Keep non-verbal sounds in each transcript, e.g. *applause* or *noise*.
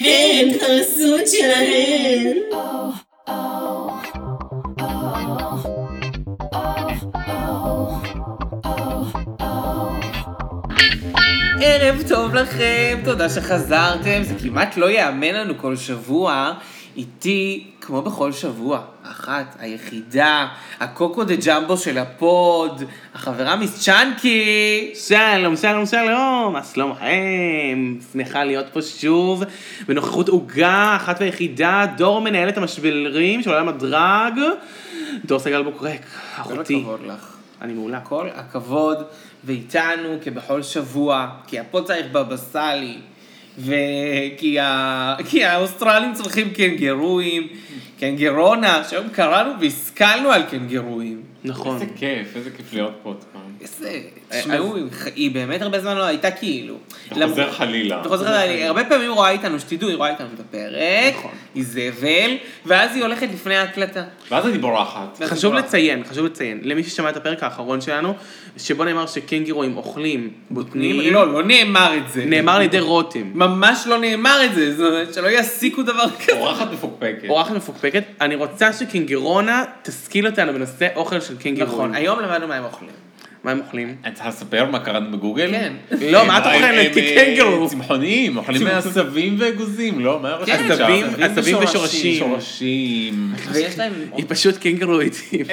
הן הזוג שלהן. ערב טוב לכם, תודה שחזרתם, זה כמעט לא ייאמן לנו כל שבוע. איתי, כמו בכל שבוע, אחת, היחידה, הקוקו דה ג'מבו של הפוד, החברה מיס צ'אנקי. שלום, שלום, שלום, מה שלומכם? שמחה להיות פה שוב, בנוכחות עוגה, אחת והיחידה, דור מנהלת המשברים של עולם הדרג, דור סגל בוקרק, כל אחותי. הכבוד לך. אני מעולה. כל הכבוד, ואיתנו כבכל שבוע, כי הפוד צריך בבא סאלי, וכי ה... כי האוסטרלים צריכים קנגרואים, קנגרונה, שהיום קראנו והשכלנו על קנגרואים. נכון. איזה כיף, איזה כיף להיות פה עוד פעם. איזה... תשמעו, אה, היא באמת הרבה זמן לא הייתה כאילו. וחוזר חלילה. אתה חוזר חלילה. הרבה פעמים היא רואה איתנו, שתדעו, היא רואה איתנו את הפרק, נכון. היא זבל, ואז היא הולכת לפני ההקלטה. ואז אני בורחת. חשוב לציין, חשוב לציין, למי ששמע את הפרק האחרון שלנו, שבו נאמר שקנגירואים אוכלים בוטנים, לא, לא נאמר את זה. נכון. נאמר על ידי רותם. ממש לא נאמר את זה, זאת אומרת, שלא יסיקו דבר כזה. בורחת מפוקפקת. אורחת מפוקפקת, אני רוצה שקנגרונה תשכיל אותנו בנושא אוכל של קנגרואים. נכון, היום למדנו מה הם אוכלים. מה הם אוכלים? את צריכה לספר מה קראנו בגוגל? כן. לא, מה את הם- אוכלת? הם, קנגרו. אה, צמחוניים, אוכלים עשבים ואגוזים, לא? מה הראשון כן, עשבים, עשבים עשבים ושורשים. *laughs* ושורשים. שורשים. *laughs* ויש להם... היא פשוט קנגרואית, היא-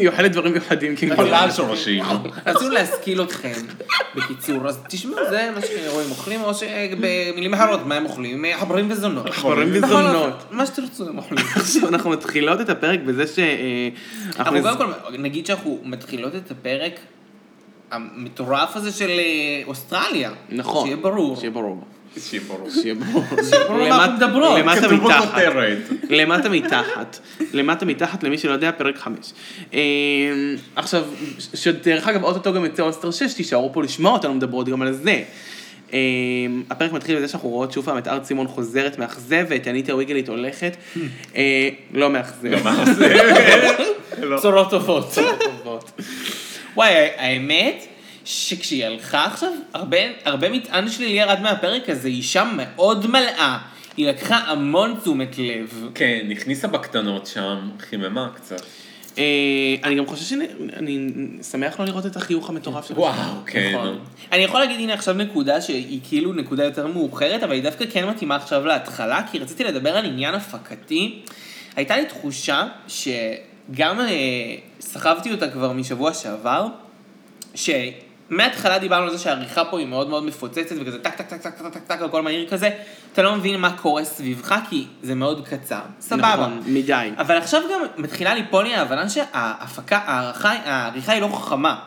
*laughs* היא אוכלת דברים מיוחדים נכון, חולה על קנגרואית. שורשים. רצינו להשכיל אתכם, בקיצור, אז תשמעו, זה מה שרואים אוכלים, או שבמילים אחרות, מה הם אוכלים? אה, חברים וזונות. חברים בכל וזונות. אופן, מה שתרצו הם אוכלים. עכשיו *laughs* אנחנו מתחילות את הפרק בזה ש... אה, אנחנו אנחנו- קודם כל נגיד שאנחנו מתחילות את הפרק המטורף הזה של אה, אוסטרליה. נכון. שיהיה ברור. שיהיה ברור. שיהיה ברור. *laughs* שיהיה ברור. ברור על מה אנחנו למט- מדברות. למטה כתוב מתחת. בכותרת. למטה מתחת, למטה מתחת למי שלא יודע, פרק חמש. אה, עכשיו, ש- שדרך אגב, אוטוטו גם יצא אולסטר 6, תישארו פה לשמוע אותנו מדברות גם על זה. אה, הפרק מתחיל בזה שאנחנו רואות שוב פעם את ארט סימון חוזרת, מאכזבת, אניטה וויגלית *laughs* הולכת, אה, לא מאכזבת. מה זה? *laughs* לא. צורות טובות. וואי, האמת שכשהיא הלכה עכשיו, הרבה, הרבה מטען שלי ירד מהפרק הזה, היא אישה מאוד מלאה. היא לקחה המון תשומת לב. כן, הכניסה בקטנות שם, חיממה קצת. אה, אני גם חושב שאני אני שמח לא לראות את החיוך המטורף שלך. וואו, כן. נכון. אני יכול להגיד, הנה עכשיו נקודה שהיא כאילו נקודה יותר מאוחרת, אבל היא דווקא כן מתאימה עכשיו להתחלה, כי רציתי לדבר על עניין הפקתי. הייתה לי תחושה שגם אה, סחבתי אותה כבר משבוע שעבר, שמההתחלה דיברנו על זה שהעריכה פה היא מאוד מאוד מפוצצת, וכזה טק טק טק טק טק טק טק, הכל מהיר כזה, אתה לא מבין מה קורה סביבך, כי זה מאוד קצר. סבבה. נכון, מדי. אבל עכשיו גם מתחילה ליפול לי ההבנה שההפקה, הערכה, העריכה היא לא חכמה.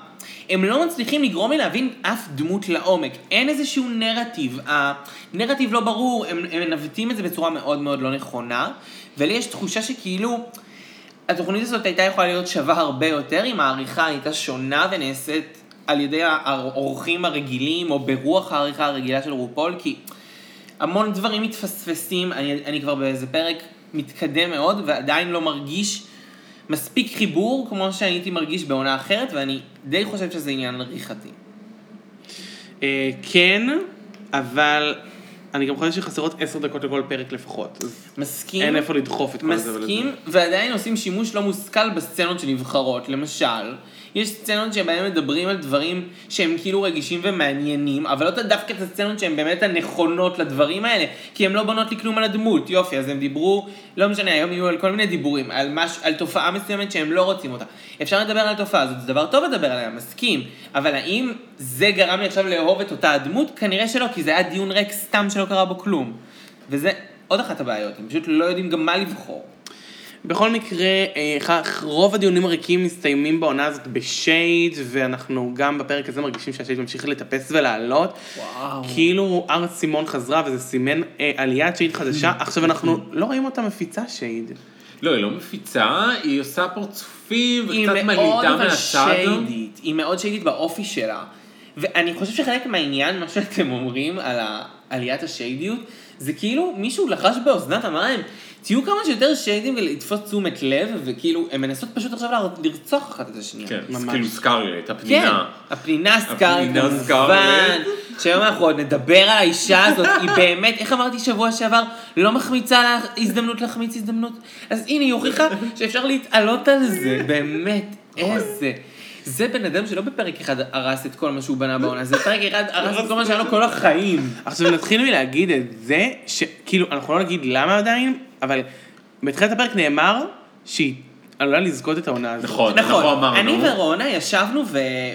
הם לא מצליחים לגרום לי להבין אף דמות לעומק. אין איזשהו נרטיב. הנרטיב לא ברור, הם, הם מנווטים את זה בצורה מאוד מאוד לא נכונה, ולי יש תחושה שכאילו... התוכנית הזאת הייתה יכולה להיות שווה הרבה יותר אם העריכה הייתה שונה ונעשית על ידי האורחים הרגילים, או ברוח העריכה הרגילה של רופול, כי המון דברים מתפספסים, אני, אני כבר באיזה פרק מתקדם מאוד ועדיין לא מרגיש מספיק חיבור כמו שהייתי מרגיש בעונה אחרת, ואני די חושב שזה עניין עריכתי. אה, כן, אבל אני גם חושב שחסרות עשר דקות לכל פרק לפחות. אז מסכים? אין איפה לדחוף את כל זה. ולזה. מסכים, ועדיין עושים שימוש לא מושכל בסצנות שנבחרות. למשל, יש סצנות שבהן מדברים על דברים שהם כאילו רגישים ומעניינים, אבל לא דווקא את הסצנות שהן באמת הנכונות לדברים האלה, כי הן לא בונות לי כלום על הדמות. יופי, אז הם דיברו, לא משנה, היום יהיו על כל מיני דיבורים, על, מש, על תופעה מסוימת שהם לא רוצים אותה. אפשר לדבר על התופעה הזאת, זה דבר טוב לדבר עליה, מסכים, אבל האם זה גרם לי עכשיו לאהוב את אותה הדמות? כנראה שלא, כי זה היה דיון ריק סתם שלא קרה בו כלום. וזה עוד אחת הבעיות, הם פשוט לא יודעים גם מה לבחור. בכל מקרה, אה, ח- רוב הדיונים הריקים מסתיימים בעונה הזאת בשייד, ואנחנו גם בפרק הזה מרגישים שהשייד ממשיך לטפס ולעלות. וואו. כאילו ארץ סימון חזרה וזה סימן אה, עליית שייד *laughs* חדשה, עכשיו אנחנו לא רואים אותה מפיצה שייד. לא, היא לא מפיצה, היא עושה פרצופים היא וקצת מאוד מלעיטה אבל מהצד. שיידית, היא מאוד שיידית באופי שלה. ואני חושב שחלק מהעניין, מה שאתם אומרים על ה- עליית השיידיות, זה כאילו מישהו לחש באוזנת אמר להם, תהיו כמה שיותר שיידים ולתפוס תשומת לב, וכאילו, הן מנסות פשוט עכשיו ל- לרצוח אחת את השנייה. כן, ממש. כאילו סקארלט, כן, הפנינה. הפנינה סקארלט, הפנינה כמובן, סקארלט. שהיום אנחנו עוד נדבר על האישה הזאת, היא באמת, איך אמרתי שבוע שעבר, לא מחמיצה לה הזדמנות להחמיץ הזדמנות? אז הנה, היא הוכיחה שאפשר להתעלות על זה, באמת, איזה. זה בן אדם שלא בפרק אחד הרס את כל מה שהוא בנה בעונה, זה פרק אחד הרס את כל מה שהיה לו לא, כל החיים. עכשיו נתחיל מלהגיד את זה, שכאילו, אנחנו לא נגיד למה עדיין, אבל בתחילת הפרק נאמר שהיא עלולה לזכות את העונה הזאת. נכון, אנחנו נכון, אני אמרנו. ורונה ישבנו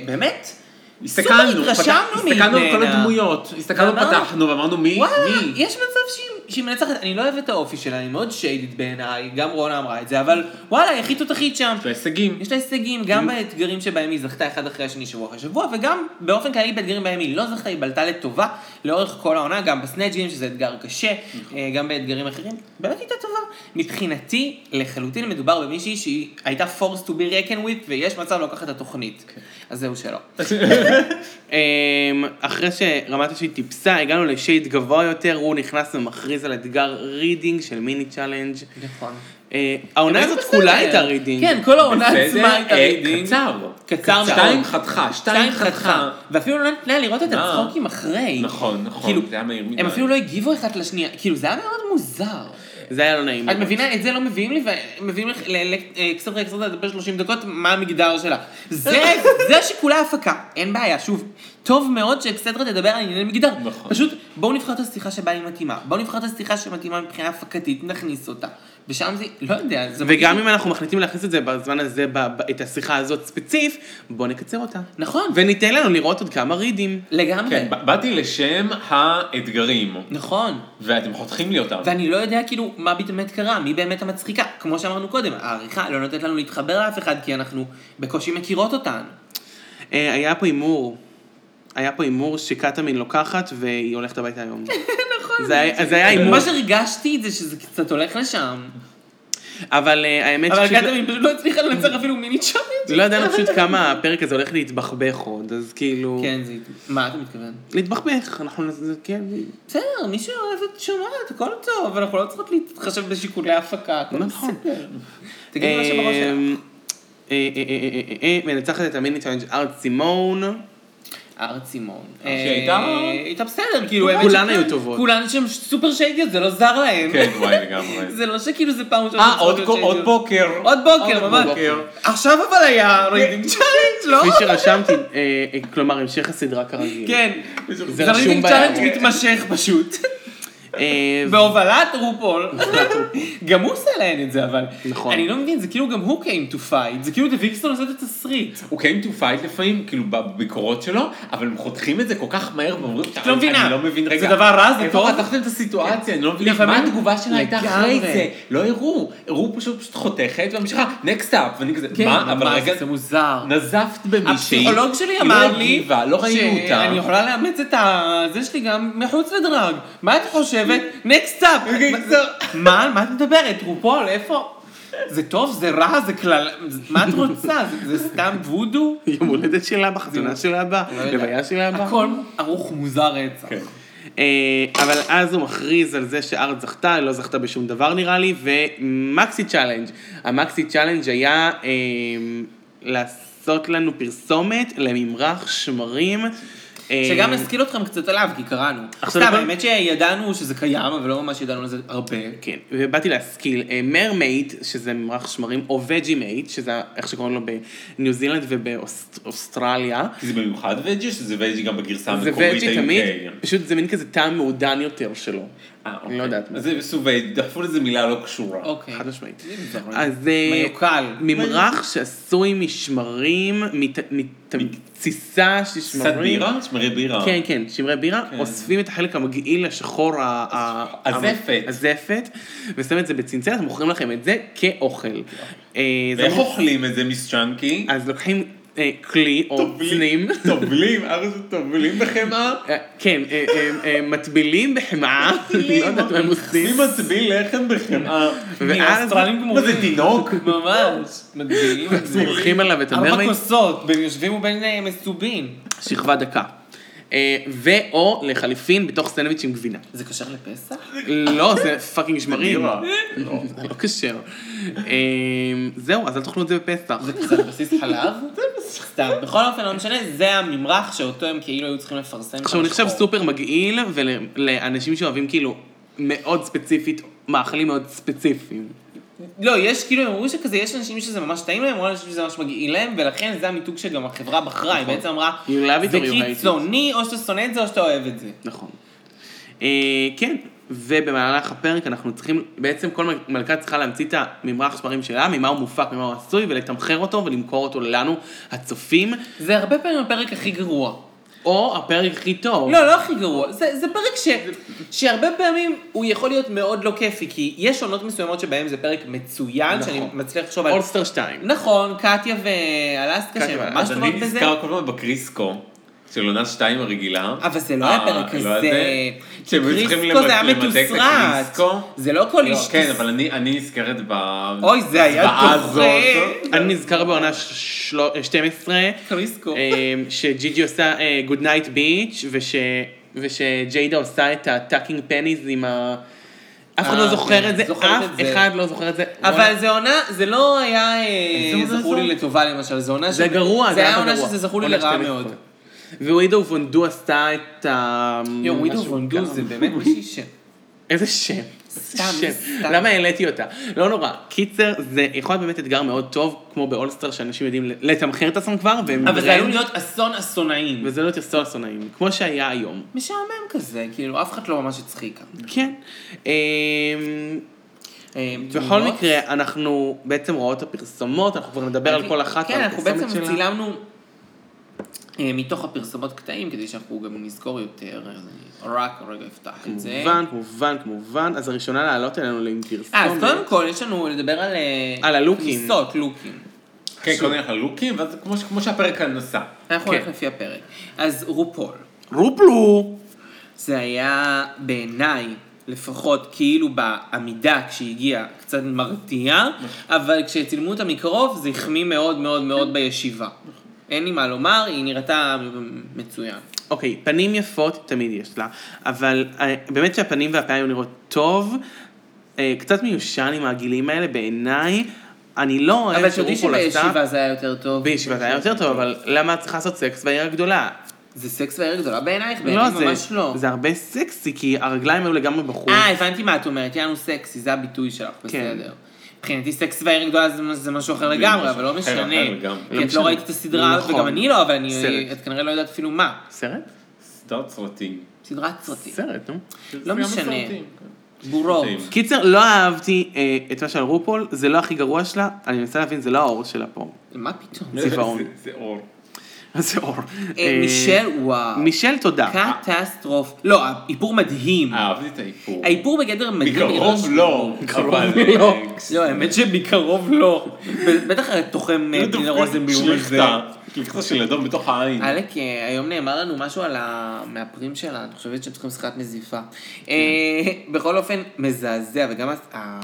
ובאמת, סופר הסתכלנו, פתח- התרשמנו הסתכלנו על כל ממנה. הדמויות, הסתכלנו, ואמרנו, פתחנו כן, אה. ואמרנו מי, וואלה, מי. יש מצב שהיא- שהיא מנצחת, אני לא אוהבת את האופי שלה, היא מאוד שיידית בעיניי, גם רונה אמרה את זה, אבל וואלה, היא הכי תותחית כן. שם. והישגים. יש לה הישגים, גם באתגרים שבהם היא זכתה אחד אחרי השני, שבוע אחרי שבוע, וגם באופן כללי באתגרים בהם היא לא זכתה, היא בלטה לטובה לאורך כל העונה, גם בסנאצ'ים, שזה אתגר קשה, אה, גם באתגרים אחרים, באמת הייתה טובה. מבחינתי, לחלוטין מדובר במישהי שהיא הייתה forced to be reckoned with, ויש מצב לקחת את התוכנית. אז זהו שלא. אמ, אחרי שרמת השביעית טיפסה, הגענו לשייד גבוה יותר, הוא נכנס ומכריז על אתגר רידינג של מיני צ'אלנג'. נכון. אה, העונה הזאת כולה הייתה רידינג. כן, כל העונה בסדר, עצמה הייתה אה, רידינג. קצר. קצר מאוד. שתיים חתכה, שתיים שתיים חתכה, חתכה. ואפילו לא נתנה לראות את מה? הצחוקים אחרי. נכון, נכון, כאילו, זה היה מהיר מדי. הם אפילו לא הגיבו אחת לשנייה, כאילו זה היה מאוד מוזר. זה היה לא נעים. את מבינה, את זה לא מביאים לי, ומביאים לך אה, לאקסטרה אקסטרה לדבר 30 דקות, מה המגדר שלה. זה, *laughs* זה שיקולי ההפקה, אין בעיה, שוב, טוב מאוד שאקסטרה תדבר על ענייני מגדר. נכון. פשוט, בואו נבחר את השיחה שבה היא מתאימה, בואו נבחר את השיחה שמתאימה מבחינה הפקתית, נכניס אותה. ושם זה, לא יודע, זה... וגם אם אנחנו מחליטים להכניס את זה בזמן הזה, ב- ב- את השיחה הזאת ספציף, בוא נקצר אותה. נכון, וניתן לנו לראות עוד כמה רידים. לגמרי. כן, ב- באתי לשם האתגרים, נכון. ואתם חותכים לי אותם. ואני לא יודע כאילו מה באמת קרה, מי באמת המצחיקה. כמו שאמרנו קודם, העריכה לא נותנת לנו להתחבר לאף אחד כי אנחנו בקושי מכירות אותן. אה, היה פה הימור. היה פה הימור שקטמין לוקחת והיא הולכת הביתה היום. נכון. זה היה- זה היה הימור, אה, מה שהרגשתי זה שזה קצת הולך לשם. אבל אה, האמת אבל שפשוט- הקטמין פשוט לא הצליחה לנצח אפילו מיני צ'אלנג'. לא ידענו פשוט כמה הפרק הזה הולך להתבחבח עוד, אז כאילו... כן, זה... מה אתה מתכוון? להתבחבח, אנחנו... נ- זה- כן, בסדר, מי שאוהבת שומעת, הכל טוב, אנחנו לא צריכות להתחשב בשיקולי ההפקה, הכל נכון. בסדר. תגידי מה שבראש שלך. אמ, אה, אה, אה, אה, אה, אה, מנצחת את המיני צ'אלנג' ארט סימון. ארצימון. שהייתה- אה, הייתה בסדר, כאילו, האמת כולן שכן, היו טובות. כולן שם סופר שיידיות, זה לא זר להן. כן, וואי לגמרי. זה לא שכאילו זה פעם ראשונה. אה, שצריכות עוד להיות קו- עוד שיידיות. בוקר. עוד בוקר, ממש. בוקר. עכשיו אבל היה רייטינג צ'אלנג', לא? כפי שרשמתי, אה, אה, כלומר, המשך הסדרה כרגיל. כן. זה רשום רייטינג בהערות. צ'אלנג' מתמשך פשוט. אה, לא. בהובלת *laughs* רופול. גם הוא עושה להן את זה אבל. נכון. אני לא מבין, זה כאילו גם הוא came to fight, זה כאילו דוויקסון עושה את התסריט. הוא came to fight לפעמים, כאילו בביקורות שלו, אבל הם חותכים את זה כל כך מהר ואומרים, את לא מבינה. אני לא מבין, רגע, זה דבר רע, זה טוב. איפה רתחתם את הסיטואציה, אני לא מבינה, לפעמים- מה התגובה שלה הייתה אחרי לגמרי. זה, לא הראו, הראו פשוט פשוט חותכת וממשיכה, next up, ואני כזה, כן, מה, אבל ממש, רגע, זה מוזר. נזפת במישהי, הפסיכולוג שלי היא אמר לא לי, הגיבה, לא ראינו אותה, שאני יכולה לאמץ את ה- זה שלי גם מחוץ לדרג. מה את חושבת? נקסט אפ. מה? על מה את מדברת? רופול, איפה? זה טוב? זה רע? זה כלל... זה- מה את רוצה? זה- זה סתם וודו? יום הולדת שלה, בחתונה שלה לא הבאה, יודע. לוויה שלה הבאה. הכל ערוך מוזר רצח. כן. אה, אבל אז הוא מכריז על זה שארט זכתה, היא לא זכתה בשום דבר נראה לי, ומקסי צ'אלנג'. המקסי צ'אלנג' היה אה, לעשות לנו פרסומת לממרח שמרים. אה, שגם נשכיל אתכם קצת עליו, כי קראנו. עכשיו, סתם, אבל- האמת שידענו שזה קיים, אבל לא ממש ידענו על זה הרבה. כן, ובאתי להשכיל. אה, מרמייט, שזה ממרח שמרים, או וג'י מייט, שזה איך שקוראים לו בניו זילנד ובאוסטרליה. כי זה במיוחד וג'י, שזה וג'י גם בגרסה זה המקורית, וג'י ה-UK. תמיד, פשוט זה מין כזה טעם מעודן יותר שלו. אה, אוקיי. לא יודעת מה. אז זה סובי, דחפו לזה מילה לא קשורה, אוקיי. חד משמעית. זה מוזר. אז אה, מיוקל. ממרח שעשוי משמרים, מת- מת- מתסיסה של קצת שמרים. בירה, שמרי בירה, כן, כן, שמרי בירה, אוספים את החלק המגעיל השחור, ה- ה- הזפת. הזפת, ושמים את זה בצנצנת, מוכרים לכם את זה כאוכל. אה, זה ואיך אומר- אוכלים את זה מיס צ'אנקי? אז לוקחים אה, כלי או צנים. טובלים, ארז טובלים בחמאה? אה, כן, אה, אה, אה, מטבילים בחמאה, לא יודעת מה הם מי עושים. מטביל לחם בחמאה? ואז אוסטרלים אה, גמורים. מה זה, תינוק? ממש. *laughs* מדהים. מורחים עליו את ארבע המרמייט, כוסות, בין יושבים ובין אה, מסובין. שכבה דקה. אה, ואו לחליפין בתוך סנדוויץ' עם גבינה. זה קשר לפסח? לא, זה פאקינג שמרים. בירה. לא. זה לא כשר. אה, זהו, אז אל תאכלו את זה בפסח. זה כזה על בסיס חלב? סתם. בכל אופן, לא משנה, זה הממרח שאותו הם כאילו היו צריכים לפרסם. עכשיו, הוא נחשב בשחור. סופר מגעיל, ולאנשים שאוהבים כאילו מאוד ספציפית, מאכלים מאוד ספציפיים. לא, יש כאילו, הם אמרו שכזה, יש אנשים שזה ממש טעים להם, או אנשים שזה ממש מגעיל להם, ולכן זה המיתוג שגם החברה בחרה, היא נכון. בעצם אמרה, You love it זה or you hate it." קיצוני, או שאתה שונא את זה או שאתה אוהב את זה. נכון. אה, כן, ובמהלך הפרק אנחנו צריכים, בעצם כל מל- מלכה צריכה להמציא את הממרח שמרים שלה, ממה הוא מופק, ממה הוא עשוי, ולתמחר אותו ולמכור אותו לנו, הצופים, זה הרבה פעמים הפרק הכי גרוע. נכון. או הפרק הכי טוב. לא, לא הכי גרוע. זה, זה פרק ש, שהרבה פעמים הוא יכול להיות מאוד לא כיפי, כי יש עונות מסוימות שבהן זה פרק מצוין, נכון. שאני מצליח לחשוב על... אולסטר 2. נכון, קטיה ואלסקה, קטיה שהן ואלסקה. ממש אז טובות אני בזה. נזכר כל הזמן בקריסקו, של עונה 2 הרגילה. אבל זה לא היה אה, פרק לא היה כזה. זה? שהם היו צריכים קריסקו זה היה למתק- למתק את מתוסרט. הקריסקו? זה לא כל לא, איש... כן, כיס- אבל אני- אני נזכרת ב- אוי, זה היה בהצבעה דוחה. הזאת. אני נזכר בעונה ש- שלו- 12, קריסקו. אה, אמ, שג'יג'י עושה אה, גוד נייט ביץ' ושג'יידה עושה את הטאקינג פניז עם ה... אף אחד אה, לא כן, זוכר את זה, זוכרת אף את זה. אחד לא זוכר את זה. אבל זה עונה, זה לא היה אה, איזה עונה זכור לי זו? לטובה למשל, זה עונה ש... זה גרוע, זה היה אבא עונה גרוע. שזה זכור לי עונה לרעה 12. מאוד. ווידו וונדו עשתה את ה... יואו, ווידו משהו וונדו גם. זה *laughs* באמת מישהי ש... איזה שם. סתם, שם. סתם. למה העליתי אותה? לא נורא. קיצר, זה יכול להיות באמת אתגר מאוד טוב, כמו באולסטר, שאנשים יודעים לתמחר את עצמם כבר, והם... אבל זה בריאים, עלול להיות אסון אסונאים. וזה לא יותר אסונאים, כמו שהיה היום. משעמם כזה, כאילו, אף אחד לא ממש הצחיקה. כן. אמ, אה, בכל תמונות? מקרה, אנחנו בעצם רואות את הפרסומות, אנחנו כבר נדבר על כל אחת. כן, ועל אנחנו הפרסומת בעצם שלה. צילמנו אה, מתוך הפרסומות קטעים, כדי שאנחנו גם נזכור יותר, אז אני רק רגע אפתח את זה. כמובן, כמובן, כמובן. אז הראשונה לעלות אלינו עם פרסומת. אה, אז קודם כל יש לנו לדבר על... אה, על הלוקים. כניסות, לוקים. כן, קודם כל הלוקים, ואז כמו ש- כמו שהפרק כאן נסע. אנחנו כן. הולכים לפי הפרק. אז רופול. רופלו! זה היה בעיניי, לפחות כאילו בעמידה כשהיא הגיעה, קצת מרתיעה, נכון. אבל כשצילמו אותה מקרוב זה החמיא מאוד מאוד כן. מאוד בישיבה. נכון. אין לי מה לומר, היא נראתה מצוין. אוקיי, פנים יפות תמיד יש לה, אבל אה, באמת שהפנים והפעיים היו נראות טוב, אה, קצת מיושן עם העגילים האלה בעיניי. אני לא אוהב אבל תודי שרופול עשה- שבישיבה זה היה יותר טוב. בישיבה זה היה יותר טוב, אבל למה את צריכה לעשות סקס בעיר הגדולה? זה סקס והעיר גדולה בעינייך? לא, בעיניי זה, ממש לא. זה הרבה סקסי, כי הרגליים היו לגמרי בחוץ. אה, הבנתי מה את אומרת, יענו סקסי, זה הביטוי שלך, כן. בסדר. מבחינתי סקס והעיר גדולה זה- זה משהו אחר לגמרי, משהו אבל לא אחר, משנה. אחר לגמרי. כי לא את לא משנה. ראית את הסדרה, נכון. וגם אני לא, אבל אני- סרט. את כנראה לא יודעת אפילו מה. סרט? סדרת סרטים. סדרת סרטים. סרט, נו. לא גם משנה. הסרטים, כן. בורות. סרטים. קיצר, לא אהבתי אה, את מה של רופול, זה לא הכי גרוע שלה, אני מנסה להבין, זה לא האור שלה פה. *laughs* מה פתאום? צבעון. זה- זה אור. זה אור. אה, מישל, וואו. מישל, תודה. קטסטרוף. לא, האיפור מדהים. אה. אהבתי את האיפור. האיפור בגדר מדהים. לראות *laughs* מקרוב שהוא- לא. אבל- לא. לא, האמת שבקרוב לא. בטח תוחם לא, אה, דינה רוזנבלום את זה. שליכטה. שליכטה של אדום בתוך העין. עלק, אה, היום נאמר לנו משהו על המאפרים שלה, אני חושבת שהם צריכים שיחת נזיפה. אה, כן. בכל אופן, מזעזע, וגם הס- ה...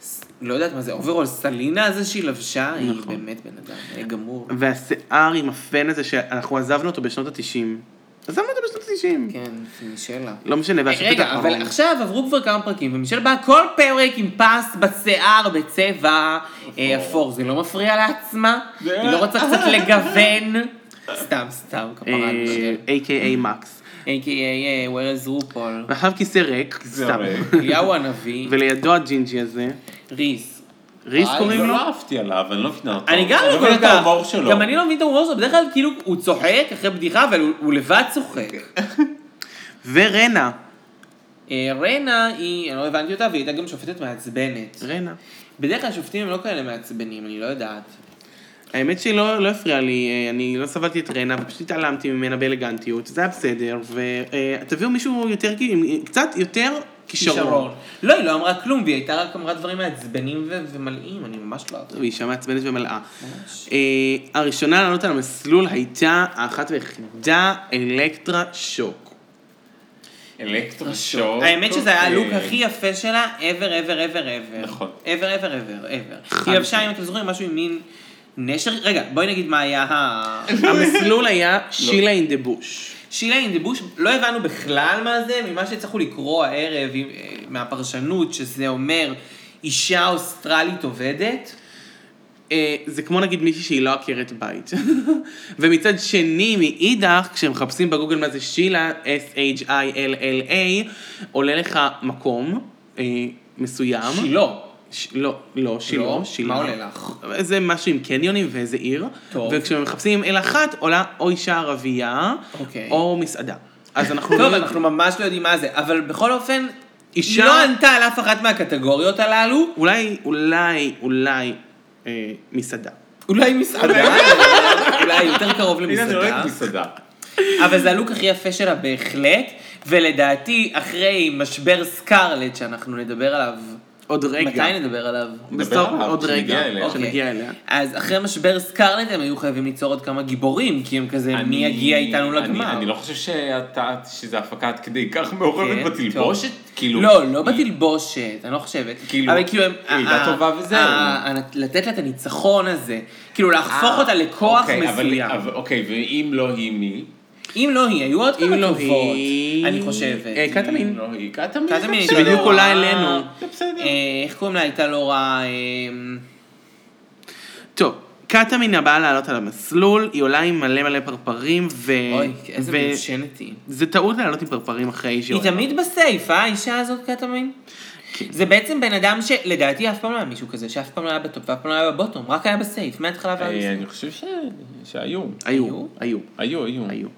ס- לא יודעת מה זה, אוברול סלינה הזה שהיא לבשה, היא נכון. באמת בן אדם אה, גמור. והשיער עם הפן הזה, שאנחנו עזבנו אותו בשנות ה-90. עזבנו אותו בשנות ה-90. כן, מישלה. לא משנה, והשופט רגע, האחרון. אבל עכשיו עברו כבר כמה פרקים, ומישל בא כל פרק עם פס בשיער, בצבע אה, אפור. זה לא מפריע לעצמה? זה- היא לא רוצה קצת לגוון? סתם, סתם, כפרה על מישל. אה, A.K.A. מקס. A.K.A. אה, where is רופול? *laughs* ואחריו כיסא ריק, כיסא סתם. ריק. אליהו הנביא, *laughs* ולידו הג'ינג'י הזה. ריס. ריס אה, קוראים לא לו? לא אהבתי עליו, אני לא מבינה אותו. אני גם לא מבין כל את כך, ההומור שלו. גם אני לא מבין את ההומור שלו, בדרך כלל כאילו הוא צוחק אחרי בדיחה, אבל הוא- הוא לבד צוחק. ורנה. אה, רנה היא, אני לא הבנתי אותה, והיא הייתה גם שופטת מעצבנת. רנה. בדרך כלל שופטים הם לא כאלה מעצבנים, אני לא יודעת. האמת שהיא לא, לא הפריעה לי, אה, אני לא סבלתי את רנה, ופשוט התעלמתי ממנה באלגנטיות, זה היה בסדר, ותביאו מישהו יותר, כי- עם- קצת יותר כישרון. לא, היא לא אמרה כלום, והיא הייתה רק אמרה דברים מעצבנים ו- ומלאים, אני ממש לא יודעת. והיא אישה מעצבנת ומלאה. אה, הראשונה לעלות על המסלול הייתה האחת והיחידה, אלקטרה שוק. אלקטרה שוק. האמת שזה היה הלוק אה, הכי יפה שלה, ever, ever, ever, ever. נכון. ever, ever, ever, ever. היא לבשה, אם אתם זוכרים, משהו עם מין נשר, רגע, בואי נגיד מה היה ה... המסלול היה שילה אין דה בוש. שילה אין דה בוש, לא הבנו בכלל מה זה, ממה שהצלחנו לקרוא הערב, עם- אה, מהפרשנות שזה אומר אישה אוסטרלית עובדת. אה, זה כמו נגיד מישהי שהיא לא עקרת בית. *laughs* ומצד שני, מאידך, כשמחפשים בגוגל מה זה שילה, S-H-I-L-L-A, עולה לך מקום אה, מסוים. שילה. ש- לא, לא, שילה, לא? שילה. מה עולה לך? זה משהו עם קניונים ואיזה עיר. טוב. וכשמחפשים אל אחת, עולה או אישה ערבייה, אוקיי. או מסעדה. אז אנחנו... טוב, לא- אנחנו ממש לא יודעים מה זה, אבל בכל אופן, אישה- היא לא ענתה על אף אחת מהקטגוריות הללו, אולי, אולי, אולי אה, מסעדה. אולי מסעדה, אולי יותר קרוב הנה, זה לא למסעדה, רק מסעדה. אבל זה הלוק הכי יפה שלה בהחלט, ולדעתי, אחרי משבר סקרלט שאנחנו נדבר עליו, עוד רגע. מתי נדבר עליו? אוקיי. נדבר בסוף, עליו, עוד כשנגיע רגע, אליה. כשנגיע אליה. אז אחרי משבר סקרלט הם היו חייבים ליצור עוד כמה גיבורים, כי הם כזה, אני- מי יגיע איתנו אני- לגמר? אני לא חושב שאתה, שזה הפקה עד כדי כך מעורבת כן, בתלבושת, טוב. כאילו... לא, לא בתלבושת, אני לא חושבת. כאילו, אבל כאילו, הם... מידה ה- טובה וזהו. ה- ה- לתת לה את הניצחון הזה. כאילו, להפוך אותה לכוח אוקיי, אבל- מסוים. אבל- אוקיי, ואם לא היא מי? אם לא היא, היו עוד כמה לא טובות, היא- אני חושבת. אה, קטמין. אם לא היא, קטמין. קטמין הייתה שבדיוק לא עולה רעה. אלינו. זה בסדר. אה, איך קוראים לה? הייתה לא רעה... אה, טוב, קטמין הבאה לעלות על המסלול, היא עולה עם מלא מלא פרפרים, ו... אה, אוי, איזה ו- מיושנת היא. זה טעות לעלות עם פרפרים אחרי שהיא היא עולה. תמיד בסייף, אה, האישה הזאת קטמין? כן. זה בעצם בן אדם שלדעתי אף פעם לא היה מישהו כזה, שאף פעם לא היה בטופ ואף פעם לא היה בבוטום, רק היה בסייף, מההתחלה ועד אה, הסוף. אני חושב ש- שהיו. היו, היו, היו, היו. היו.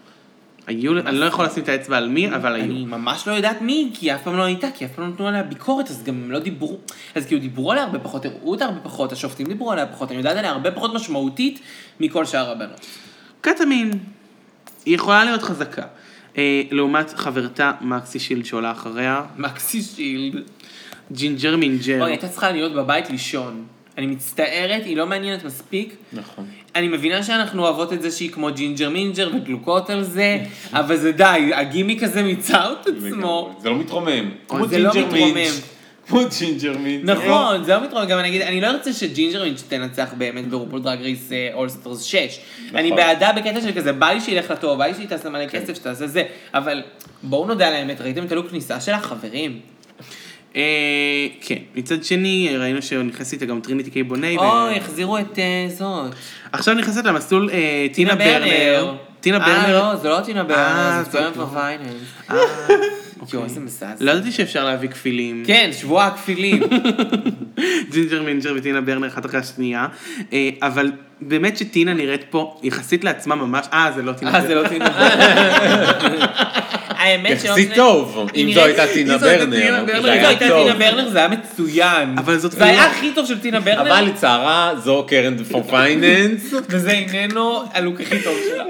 היו, אני לא יכול לשים את האצבע על מי, אבל היו. אני ממש לא יודעת מי, כי אף פעם לא הייתה, כי אף פעם לא נתנו עליה ביקורת, אז גם לא דיברו, אז כאילו דיברו עליה הרבה פחות, הראו אותה הרבה פחות, השופטים דיברו עליה פחות, אני יודעת עליה הרבה פחות משמעותית מכל שאר הבנות. קטמין, היא יכולה להיות חזקה. אה, לעומת חברתה מקסי שילד שעולה אחריה, מקסי שילד. ג'ינג'ר מינג'ר. אוי, הייתה צריכה להיות בבית לישון. אני מצטערת, היא לא מעניינת מספיק. נכון. אני מבינה שאנחנו אוהבות את זה שהיא כמו ג'ינג'ר מינג'ר ודלוקות על זה, *laughs* אבל זה די, הגימיק הזה מיצה את עצמו. לגמרי. זה לא מתרומם. כמו זה לא ג'ינג'ר מתרומם. מינץ'. כמו ג'ינג'ר מינץ'. נכון, זה לא מתרומם, גם אני אגיד, אני לא ארצה שג'ינג'ר מינג' תנצח באמת ברופול דרג רייס אולסטרס 6. נכון. אני בעדה בקטע של כזה, בא לי שילך לטוב, בא לי שהיא תעשה כן. מלא כסף, שתעשה זה, אבל בואו נודה על האמת, ראיתם את הלוק כניסה שלה, חברים? אה, כן. מצד שני, ראינו שנכנסת איתה גם טריניטי קיי בוני. ו- אוי, החזירו את אה, זאת. עכשיו נכנסת למסלול אה, טינה ברנר. טינה אה, ברנר. לא, זה לא טינה אה, ברנר, זה זה טוען טוב. פרוויינר. יואו, איזה מזעזע. לא ידעתי שאפשר להביא כפילים. כן, שבוע הכפילים. ג'ינג'ר מינג'ר וטינה ברנר אחת אחרי השנייה. אה, אבל באמת שטינה נראית פה יחסית לעצמה ממש... אה, זה לא טינה אה, זה ברנר. לא טינה. *laughs* האמת שלא... יחסית טוב, אם זו הייתה טינה ברנר. אם זה זו היה הייתה טוב. טינה ברנר זה היה מצוין. אבל זאת זה היה לא. הכי טוב של טינה ברנר, כן. אבל לצערה, זו קרן פור פייננס. כן, וזה איננו הלוק הכי טוב שלה.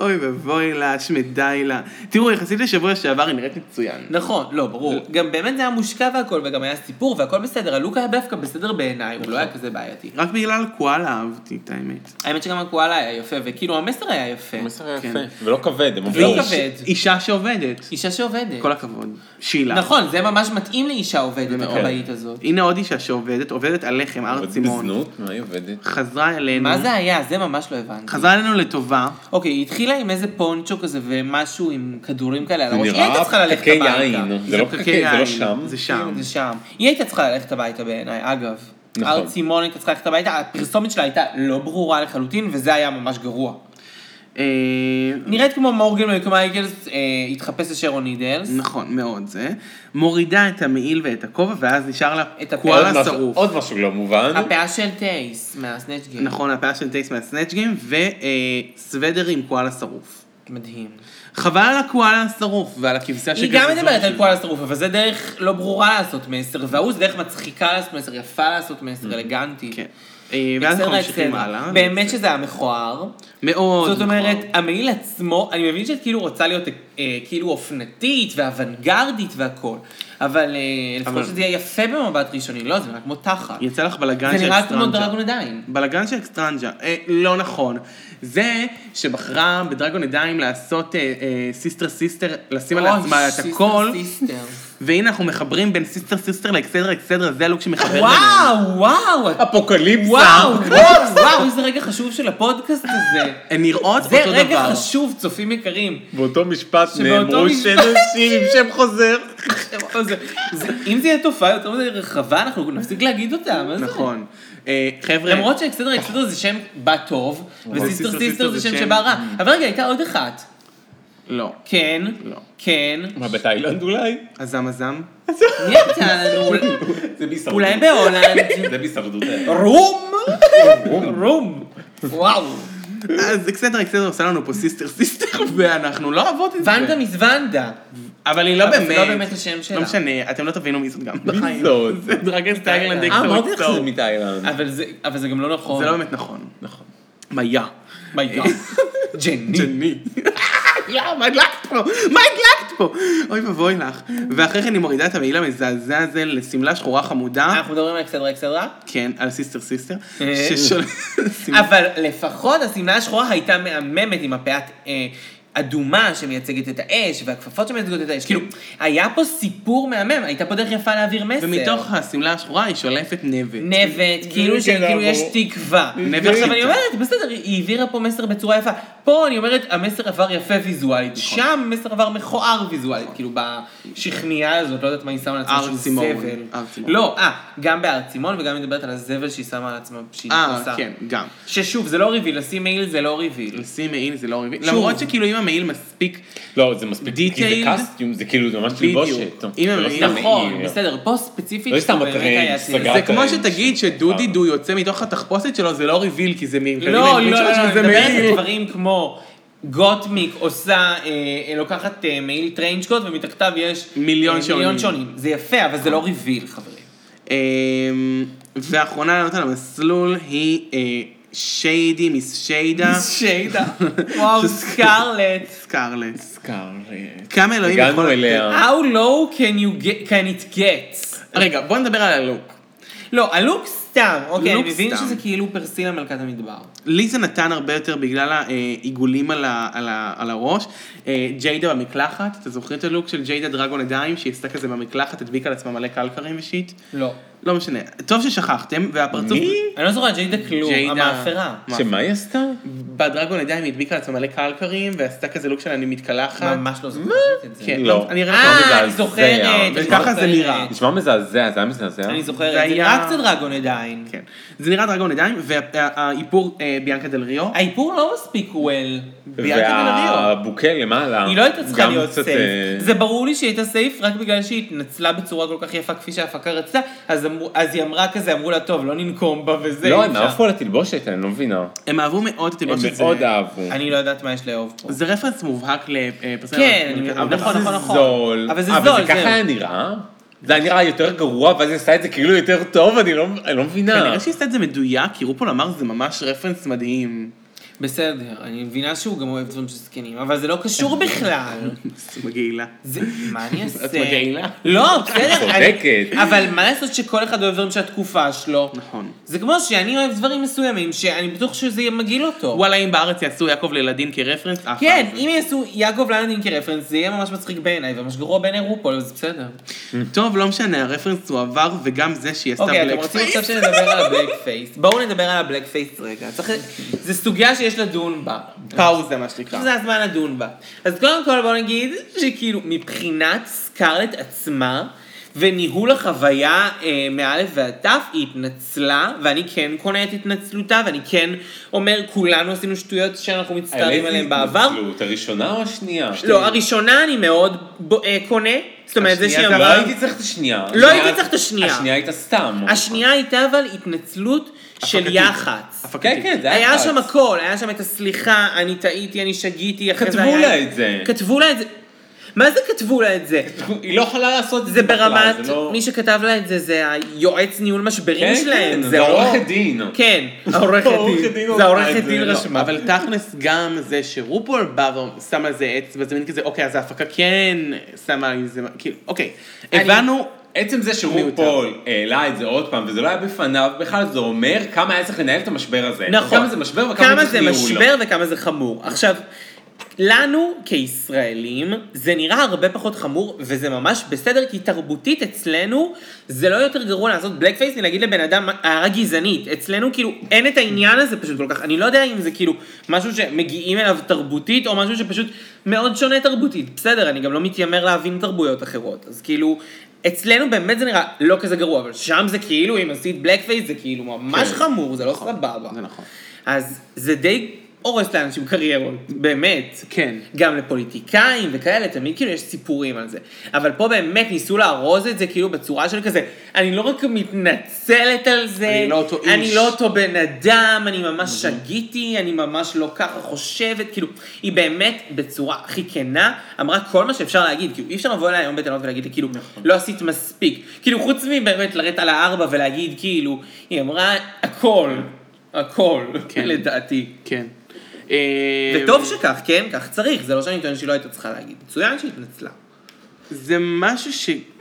אוי ואבוי לה, שמדי לה. תראו, יחסית לשבוע שעבר היא נראית מצוין. נכון, לא, ברור. גם באמת זה היה מושקע והכל, וגם היה סיפור והכל בסדר. הלוק היה דווקא בסדר בעיניי, הוא לא היה כזה בעייתי. רק בגלל קואלה אהבתי את האמת. האמת שגם הקואלה היה יפה, וכאילו המסר היה יפה. מסר כן. יפה. ולא כבד, הם אמרו. לא ואיש- כבד. אישה שעובדת. אישה שעובדת. כל הכבוד. שילה. נכון, זה ממש מתאים לאישה עובדת, מאוד. הכבאית הזאת. הנה עוד אישה שעובדת, עובדת על לחם, הר עובדת צימון. בזנות, מה היא עובדת? חזרה אלינו. מה זה היה? זה ממש לא הבנתי. חזרה אלינו לטובה. אוקיי, היא התחילה עם איזה פונצ'ו כזה ומשהו עם כדורים כאלה על זה הראש. היא נראה הייתה צריכה ללכת פקקי הביתה. יין. זה לא פקקי פקקי, זה יין, לא שם. זה שם. כן, זה שם. היא הייתה צריכה ללכת הביתה בעיניי, אגב. נכון. הר צימון הייתה צריכה ללכת הביתה, הפרסומת שלה הייתה לא ברורה לחלוטין, וזה היה ממש גרוע. אה, נראית כמו מורגן מקמייקלס אה, התחפש לשרון נידלס. נכון, מאוד זה. מורידה את המעיל ואת הכובע, ואז נשאר את לה הפאה. עוד קואלה משהו- שרוף. עוד משהו לא מובן. הפאה של טייס מהסנאצ' גיים. נכון, הפאה של טייס מהסנאצ' גיים, וסוודר עם קואלה שרוף. מדהים. חבל על הקואלה השרוף ועל הכבשה היא גם מדברת על כל השרוף, אבל זה דרך לא ברורה לעשות מסר, והוא זה דרך מצחיקה לעשות מסר, יפה לעשות מסר, אלגנטית. כן. אה, ואז אנחנו אקסטרה, ממשיכים אקסטרה. הלאה. באמת שזה היה מכוער. מאוד. זאת אומרת, נכון. המעיל עצמו, אני מבין שאת כאילו רוצה להיות אה, כאילו אופנתית ואוונגרדית והכל, אבל אה, אבל- לפחות שזה יהיה יפה במבט ראשוני, לא, זה נראה כמו תחת. יצא לך בלאגן זה של נראה כמו אקסטרנג'ה. דרגון עדיין. בלאגן של אקסטרנג'ה. אה, לא נכון. זה שבחרה בדרגון עדיים לעשות אה, סיסטר סיסטר, לשים על אוי, עצמה את sister, הכל, *laughs* sister. והנה אנחנו מחברים בין סיסטר סיסטר לאקסדרה אקסדרה, זה הלוק שמחבר וואו, ביניהם. וואו, את- אפוקליפסה. וואו, וואו, וואו, וואו, איזה רגע חשוב של הפודקאסט *laughs* הזה. הן נראות זה אותו דבר. רגע חשוב, צופים יקרים. *laughs* באותו משפט שבאותו נאמרו משפט- שתי נשים עם שם חוזר. זה- זה- אם זה יהיה תופעה יותר מדי רחבה, אנחנו נפסיק להגיד אותה, מה זה? נכון. אה, חבר'ה, למרות שאקסטדר אקסטדר זה שם בא טוב, וסיסטר סיסטר סיסטר זה זה שם Mm. שם- שבא רע. אבל רגע, הייתה עוד אחת. לא. כן, לא. כן. מה, בתאילנד אולי? הזם הזם. מי *laughs* הייתה לנו? זה בהישרדות. אולי בהולנד. זה בהישרדות. כן. רום! רום. וואו. אז אקסנדר אקסנדר עושה לנו פה סיסטר סיסטר, *laughs* ואנחנו לא אוהבות את זה. ונדה מיס ונדה. אבל היא לא אבל זה באמת. לא באמת השם שלה. לא משנה, אתם לא תבינו מי זאת גם בחיים. זאת? *laughs* זה דרגן סטייגלנד אה, אמרתי אקסטור לך זה אקסטור. מתאילנד. אבל זה- אבל זה גם לא נכון. זה לא באמת נכון. נכון. מיה. My God. *laughs* ג'ני. ג'ני. לא, מה הדלקת פה? מה הדלקת פה? אוי ואבוי לך. ואחרי כן היא מורידה את המעיל המזעזע הזה לשמלה שחורה חמודה. אה, אנחנו מדברים על אקסטרה אקסטרה, כן, על סיסטר סיסטר. אה. ששולחת... אבל לפחות השמלה השחורה הייתה מהממת עם הפאת אה, אדומה שמייצגת את האש, והכפפות שמייצגות את האש. כאילו, היה פה סיפור מהמם, הייתה פה דרך יפה להעביר מסר. ומתוך השמלה השחורה היא שולפת נבט. נבט, כאילו כן, שכאילו יש אבל- תקווה. נבט עכשיו חיטה. אני אומרת, בסדר, היא העבירה פה מסר בצורה יפה. פה אני אומרת, המסר עבר יפה ויזואלית. נכון. שם המסר עבר מכוער ויזואלית, כאילו בשכניה הזאת, לא יודעת מה היא שמה על עצמה, הר שהוא צימון, זבל. הר צימון. לא, אה, גם בהר צימון וגם היא מדברת על הזבל שהיא שמה על עצמה, שהיא אה, עושה. כן, גם. ששוב, זה לא ריביל, לשים מעיל זה לא ריביל. לשים מעיל זה לא רביעי. שוב. למרות שכאילו אם המעיל מספיק... לא, זה מספיק. כי זה Detailed. קסטיום, זה כאילו זה ממש בדיוק. תלבושת. אם זה הם- לא סתם נכון, מעיל. בסדר, פה ספציפית, לא סתם שהוא ברקע הטרנד, היה סגרת. זה אה, כמו אה, שתגיד שדודי דו יוצא מתוך התחפושת שלו, זה לא ריביל, כי זה מעיל. לא, לא, קדימה, לא, אני חושבת אני שזה מדברת מעיל. על דברים כמו גוטמיק עושה, אה, אה, לוקחת אה, מעיל טריינג'קוט ומתחתיו יש מיליון אה, שונים. מיליון שונים. זה יפה, אבל זה לא ריביל, חברים. אמ, והאחרונה לעלות על המסלול היא אה, שיידי מיס שיידה אה. *laughs* שיידה. וואו, סקארלט. סקארלט. סקארלט. כמה אלוהים יכול... הגענו אליה. How low can you get, can it get? רגע, בוא נדבר על הלוק. לא, הלוק סתם. אוקיי, אני לוק מבין סתם. שזה כאילו פרסילה מלכת המדבר. לי זה נתן הרבה יותר בגלל העיגולים על, ה, על, ה, על הראש. אה, ג'יידה במקלחת, אתה זוכר את הלוק של ג'יידה דרגון עדיים, שהיא עשתה כזה במקלחת, הדביקה על עצמה מלא קלקרים ושיט? לא. לא משנה. טוב ששכחתם, והפרצוף... מי? אני לא זוכרת, ג'יידה כלום, ג'יידה. המאפרה. מה? שמה היא עשתה? בדרגון עדיים היא הדביקה על עצמה מלא קלקרים, ועשתה כזה לוק של אני מתקלחת. ממש לא זוכרת את זה. כן, לא. טוב, אני אראה לך. אה, אני מזעזע. זוכרת. אני וככה זה נראה. זוכרת. נשמע מזעזע, זה היה מזעזע. אני זוכרת. זה זה היה- נראה קצת דרגון עדיין. כן. זה נראה דרגון עדיים, והאיפור אה, ביאנקה דל ריו. האיפור לא מספיק well. ביאנקה דל ריו. והבוקה למעלה. היא לא הייתה צריכה גם להיות קצת, סייף. אה, זה ברור לי שהיא הייתה סייף רק בגלל שהיא התנצלה בצורה כל כך יפה כפי שההפקה רצתה, אז אמרו- אז היא אמרה כזה, אמרו לה, טוב, לא ננקום בה וזה. לא, אי הם אפשר." עפו על התלבושת, אני לא מבינה. הם אהבו מאוד את הם הבוש הזה. מאוד אהבו. אני לא יודעת מה יש לאהוב פה. זה רפרנס מובהק לפרסם. כן, אני מבין, אבל נכון, זה- נכון, זה נכון. זול. אבל זה אבל זול, זה ככה זהו. היה נראה. זה היה נראה יותר גרוע, ואז היא עשתה את זה כאילו יותר טוב, אני לא- אני לא מבינה. כנראה שהיא עשתה את זה מדויק, כי רופול אמר זה ממש רפרנס מדהים. בסדר, אני מבינה שהוא גם אוהב דברים של זקנים, אבל זה לא קשור *laughs* בכלל. זה מגעילה. זה, מה אני אעשה? את מגעילה. לא, בסדר. אני- צודקת. אבל מה לעשות שכל אחד אוהב דברים של התקופה שלו? נכון. זה כמו שאני אוהב דברים מסוימים, שאני בטוח שזה יהיה מגעיל אותו. וואלה, אם בארץ יעשו יעקב לילדים כרפרנס, לא- אחלה. כן, אם יעשו יעקב לנדין כרפרנס, זה יהיה ממש מצחיק בעיניי, וממש גרוע בעיני רופול, אז בסדר. טוב, לא משנה, הרפרנס הוא עבר, וגם זה שהיא עשתה אוקיי, אתם בלק רוצים פייס. עכשיו שנדבר על הבלק פייס. בואו נדבר על הבלק פייס רגע. צריך... זו סוגיה שיש לדון בה. פאוזה, מה שנקרא. זה הזמן לדון בה. אז קודם כל בואו נגיד שכאילו מבחינת סקארלט עצמה וניהול החוויה אה, מאלף ועד תף, היא התנצלה, ואני כן קונה את התנצלותה, ואני כן אומר, כולנו עשינו שטויות שאנחנו מצטערים עליהן בעבר. התנצלות, כאילו אה. הראשונה או השנייה? לא, הראשונה אני מאוד בו- אה, קונה, זאת אומרת, זה שהיא השנייה לא אמרה... הייתי צריך את השנייה. לא הייתי צריך את השנייה. השנייה הייתה סתם. השנייה הייתה אבל התנצלות של הפקתית. יח"צ. כן, כן, זה היה יח"צ. שם הכל, היה שם את הסליחה, אני טעיתי, אני שגיתי, אחרי זה כתבו היה- לה את זה. כתבו לה את זה. מה זה כתבו לה את זה? היא לא יכולה לעשות את זה זה בכלל, ברמת, זה לא- מי שכתב לה את זה, זה היועץ ניהול משברים כן, שלהם. כן, זה לא- עורכת דין. כן, *laughs* העורכת העורכת דין. דין זה אמרה העורכת את זה, דין לא. רשמה. אבל תכלס גם זה שרופול בא ושם על זה אצבע, זה מין כזה, אוקיי, אז ההפקה כן שמה על זה, כאילו, אוקיי. אני- הבנו, עצם זה שרופול העלה את זה עוד פעם, וזה לא היה בפניו, בכלל זה אומר אה, כמה היה צריך לנהל את המשבר הזה. נכון. כמה זה משבר וכמה כמה צריך זה ניהול. משבר וכמה זה חמור. עכשיו, לנו כישראלים זה נראה הרבה פחות חמור וזה ממש בסדר כי תרבותית אצלנו זה לא יותר גרוע לעשות בלק פייס מלהגיד לבן אדם הערה גזענית. אצלנו כאילו אין את העניין הזה פשוט כל כך, אני לא יודע אם זה כאילו משהו שמגיעים אליו תרבותית או משהו שפשוט מאוד שונה תרבותית. בסדר, אני גם לא מתיימר להבין תרבויות אחרות. אז כאילו, אצלנו באמת זה נראה לא כזה גרוע, אבל שם זה כאילו אם עשית בלק פייס זה כאילו ממש כן. חמור, זה לא סבבה. זה נכון. אז זה די הורס לאנשים קריירות, באמת. כן. גם לפוליטיקאים וכאלה, תמיד כאילו יש סיפורים על זה. אבל פה באמת ניסו לארוז את זה כאילו בצורה של כזה, אני לא רק מתנצלת על זה, אני לא אותו אני איש." לא אותו בן אדם, אני ממש שגיתי, אני ממש לא ככה חושבת, כאילו, היא באמת בצורה הכי כנה, אמרה כל מה שאפשר להגיד, כאילו, אי אפשר לבוא אליי היום בטענות ולהגיד לי, כאילו, נכון. לא עשית מספיק. כאילו, חוץ מבאמת לרדת על הארבע ולהגיד, כאילו, היא אמרה הכל, הכל, כן. לדעתי. כן. אה, וטוב שכך, כן? כך צריך, זה לא שאני טוען שהיא לא הייתה צריכה להגיד. מצוין שהיא התנצלה. זה משהו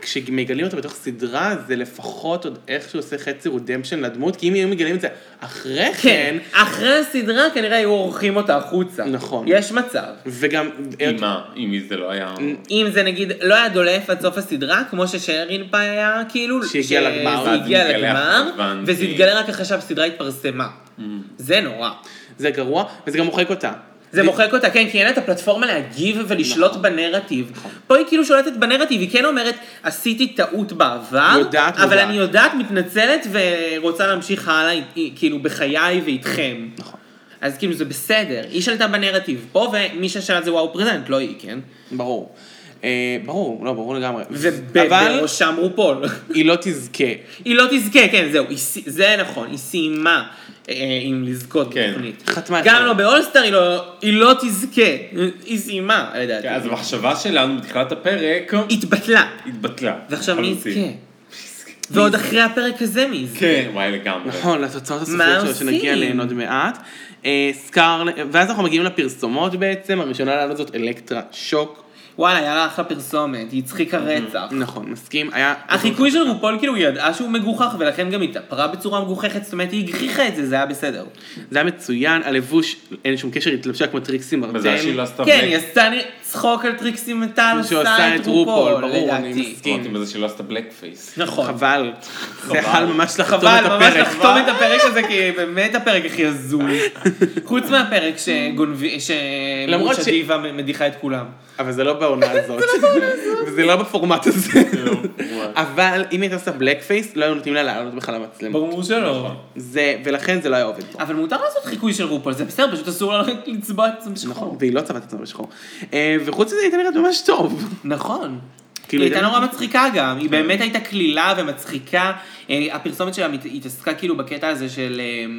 שכשמגלים אותו בתוך סדרה, זה לפחות עוד איכשהו עושה חצי רודמפשן לדמות, כי אם היו מגלים את זה אחרי כן, כן, אחרי הסדרה כנראה היו עורכים אותה החוצה. נכון. יש מצב. וגם... אה, עם מה? עם מי זה לא היה... אם זה נגיד לא היה דולף עד סוף הסדרה, כמו ששיירין פאי היה, כאילו... שהגיע ש- לגמר. זה ואז הגיע מתגלה לגמר, הבנתי. וזה התגלה רק אחרי שהסדרה התפרסמה. Mm. זה נורא. זה גרוע, וזה גם מוחק אותה. זה מוחק אותה, כן, כי אין לה את הפלטפורמה להגיב ולשלוט נכון. בנרטיב. פה היא כאילו שולטת בנרטיב, היא כן אומרת, עשיתי טעות בעבר, יודעת, אבל יודעת. אני יודעת, מתנצלת ורוצה להמשיך הלאה, אי- אי- כאילו, בחיי ואיתכם. נכון. אז כאילו, זה בסדר, היא שלטה בנרטיב פה, ומי ששאל זה וואו פרזנט, לא היא, כן? ברור. אה, ברור, לא, ברור לגמרי. אבל ובראשם רופול. היא לא תזכה. היא לא תזכה, כן, זהו, היא סי- זה נכון, היא סיימה אה, עם לזכות כן. בתוכנית. חתמה גם אחד. לא באולסטאר, היא לא- היא לא תזכה, היא סיימה, לדעתי. כן, אז המחשבה שלנו בתחילת הפרק התבטלה. התבטלה. ועכשיו מי כן. לחלוטין. יזכה? ועוד אחרי הפרק הזה מי יזכה? כן, וואי לגמרי. נכון, לתוצאות מה הסופיות שלו, שנגיע עושים? אליהן עוד מעט. אה, סקאר, ואז אנחנו מגיעים לפרסומות בעצם, הראשונה לעלות זאת אלקטרה שוק. וואלה, היה לה אחלה פרסומת, היא הצחיקה רצח. נכון, מסכים, היה... החיקוי של רופול כאילו היא ידעה שהוא מגוחך ולכן גם התאפרה בצורה מגוחכת, זאת אומרת היא הגחיכה את זה, זה היה בסדר. זה היה מצוין, הלבוש, אין שום קשר, היא התלבשה כמו טריקסי מרטן. מזל שהיא לא עשתה כן, בלק. היא עשתה לי צחוק על טריקסי מטל, שעושה עושה את את רופול, רופול, ברור, אני לדעתי. מסכים. אמרתי מזל שהיא לא עשתה בלק פייס. נכון. חבל. זה יכל ממש לחתום את חבל, ממש הפרק. לחתום את הפרק הזה, כי באמת הפרק הכי הזוי. חוץ מהפרק שגונבי, למרות שמרות ש- שדיבה מדיחה את כולם. אבל זה לא בעונה הזאת. וזה לא בפורמט הזה. *laughs* וואי. אבל אם היא הייתה עושה בלק פייס, לא היו נותנים לה לעלות בכלל למצלמה. ברור שלא. זה, ולכן זה לא היה עובד פה. נכון. אבל מותר לעשות חיקוי של רופול, זה בסדר, פשוט אסור לה *laughs* לצבוע את עצמם שחור. והיא לא צבעת את עצמה בשחור. אה, וחוץ מזה היא הייתה נראית ממש טוב. נכון. היא כאילו, כן. הייתה הייתה- נורא מצחיקה גם, היא באמת הייתה קלילה ומצחיקה. אה, הפרסומת שלה מת- התעסקה כאילו בקטע הזה של... אה,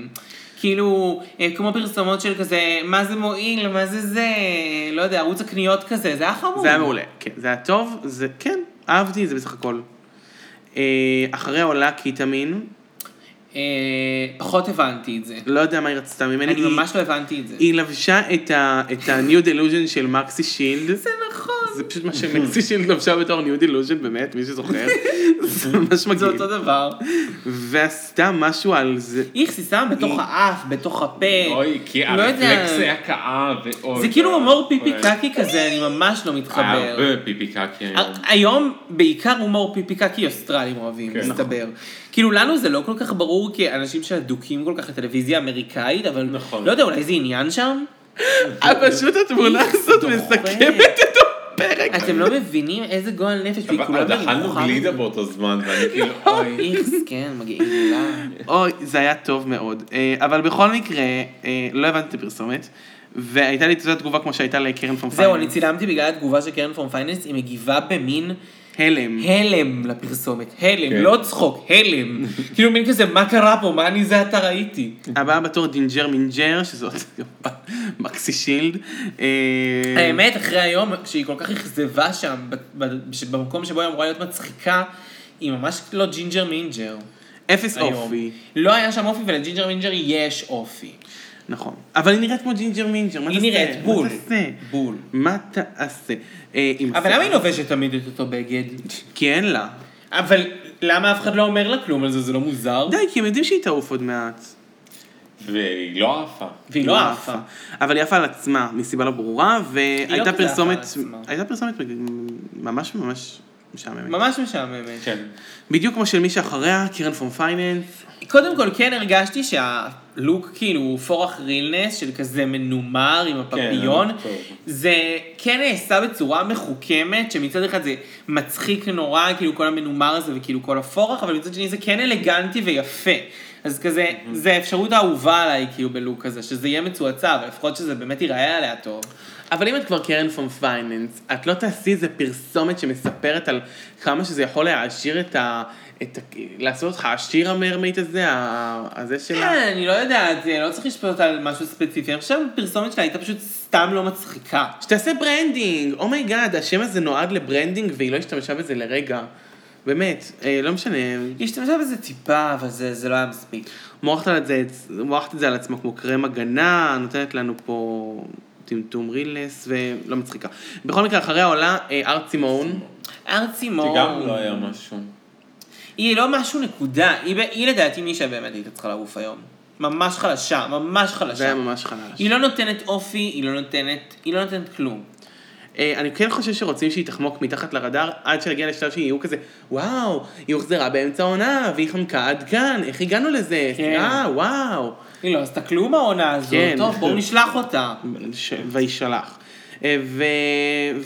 כאילו, אה, כמו פרסומות של כזה, מה זה מועיל, מה זה זה, אה, לא יודע, ערוץ הקניות כזה, זה היה חמור. זה היה מעולה. כן, זה היה טוב, זה כן, אהבתי את זה בסך הכל. אה, אחריה עולה קיטמין, אה, פחות הבנתי את זה. לא יודע מה היא רצתה ממני. אני היא- ממש לא הבנתי את זה. היא לבשה את ה- את ה-New Delusion של מקסי שילד. זה נכון. זה פשוט מה שמקסי שילד לבשה בתור New Delusion, באמת, מי שזוכר. זה ממש זה מגעיל. אותו דבר. ועשתה משהו על זה. היא חיסה בתוך היא- האף, בתוך הפה. אוי, כי לא יודע. הרפלקס היה כאב, ואוי. זה כאילו ואוי. הומור פיפי אוי. קקי כזה, אני ממש לא היה מתחבר. הרבה פיפי קקי אה, היום. היום בעיקר הומור פיפי קקי אוסטרלים אוהבים, כן, מסתבר. כאילו לנו זה לא כל כך ברור כאנשים שאדוקים כל כך לטלוויזיה האמריקאית, אבל נכון. לא יודע, אולי זה עניין שם? אה, אבל פשוט *laughs* התמונה הזאת מסכמת את הפרק. אתם לא מבינים איזה גועל נפש, והיא אבל כולה אכלנו במנוחה. גלידה באותו זמן, *laughs* ואני כאילו, אוי. איכס, כן, מגעילה. אוי, זה היה טוב מאוד. אה, אבל בכל מקרה, אה, לא הבנתי את הפרסומת, והייתה לי את אותה תגובה כמו שהייתה לקרן פון זהו, אני פייננס. צילמתי בגלל התגובה של קרן פורם פייננס, היא מגיבה במין הלם. הלם לפרסומת. הלם, כן. לא צחוק, הלם. כאילו מין כזה, מה קרה פה? מה אני זה אתה ראיתי? הבאה בתור דינג'ר מינג'ר, שזאת *laughs* מקסי שילד. אה, האמת, אחרי היום שהיא כל כך אכזבה שם, ב- ב- ש- במקום שבו היא אמורה להיות מצחיקה, היא ממש לא ג'ינג'ר מינג'ר. אפס היום. אופי. לא היה שם אופי, ולג'ינג'ר מינג'ר יש אופי. נכון. אבל היא נראית כמו ג'ינג'ר מינג'ר, מה היא תעשה? נראית בול. מה תעשה? בול. מה תעשה? אה, עם אבל שיער. למה היא לובשת תמיד את אותו בגד? כי אין לה. אבל למה אף אחד לא אומר לה כלום על זה? זה לא מוזר? די, כי הם יודעים שהיא תעוף עוד מעט. והיא לא עפה. והיא לא עפה. אבל היא עפה על עצמה, מסיבה לא ברורה, לא והייתה כזה עפה על פרסומת, עצמה. הייתה פרסומת ממש ממש משעממת. ממש משעממת. כן. בדיוק כמו של מי שאחריה, קרן פום פייננס. קודם כל, כן הרגשתי שהלוק כאילו הוא פורח רילנס של כזה מנומר עם הפפיון. כן, טוב. זה כן נעשה בצורה מחוכמת, שמצד אחד זה מצחיק נורא, כאילו כל המנומר הזה וכאילו כל הפורח, אבל מצד שני זה כן אלגנטי ויפה. אז כזה, זה האפשרות האהובה עליי כאילו בלוק הזה, שזה יהיה מצועצע, אבל לפחות שזה באמת ייראה עליה טוב. אבל אם את כבר קרן פום פייננס, את לא תעשי איזה פרסומת שמספרת על כמה שזה יכול להעשיר את ה... את ה... לעשות אותך עשיר המרמייט הזה, ה- הזה שלה. כן, אני לא יודעת, זה לא צריך לשפוט אותה על משהו ספציפי. אני חושב שהפרסומת שלה הייתה פשוט סתם לא מצחיקה. שתעשה ברנדינג, אומייגאד, השם הזה נועד לברנדינג והיא לא השתמשה בזה לרגע. באמת, אה, לא משנה, היא השתמשה בזה טיפה, אבל זה, זה לא היה מספיק. מורחת על זה, מורחת את זה על עצמה כמו קרם הגנה, נותנת לנו פה טמטום רילס ולא מצחיקה. בכל מקרה, אחריה עולה אה, ארט סימון. ארצי זה מור, גם לא היה משהו. היא היא לא משהו נקודה, היא, ב- היא לדעתי מי שבאמת הייתה צריכה לעוף היום. ממש חלשה, ממש זה היה חלשה. ממש חלש. היא לא נותנת אופי, היא לא נותנת, היא לא נותנת כלום. אה, אני כן חושב שרוצים שהיא תחמוק מתחת לרדאר עד שנגיע לשלב שיהיו כזה, וואו, היא הוחזרה באמצע העונה והיא חמקה עד כאן, איך הגענו לזה? כן. אה, וואו. היא לא עשתה כלום העונה הזאת, כן. טוב, בואו נשלח אותה. ש... וישלח. אה, ו...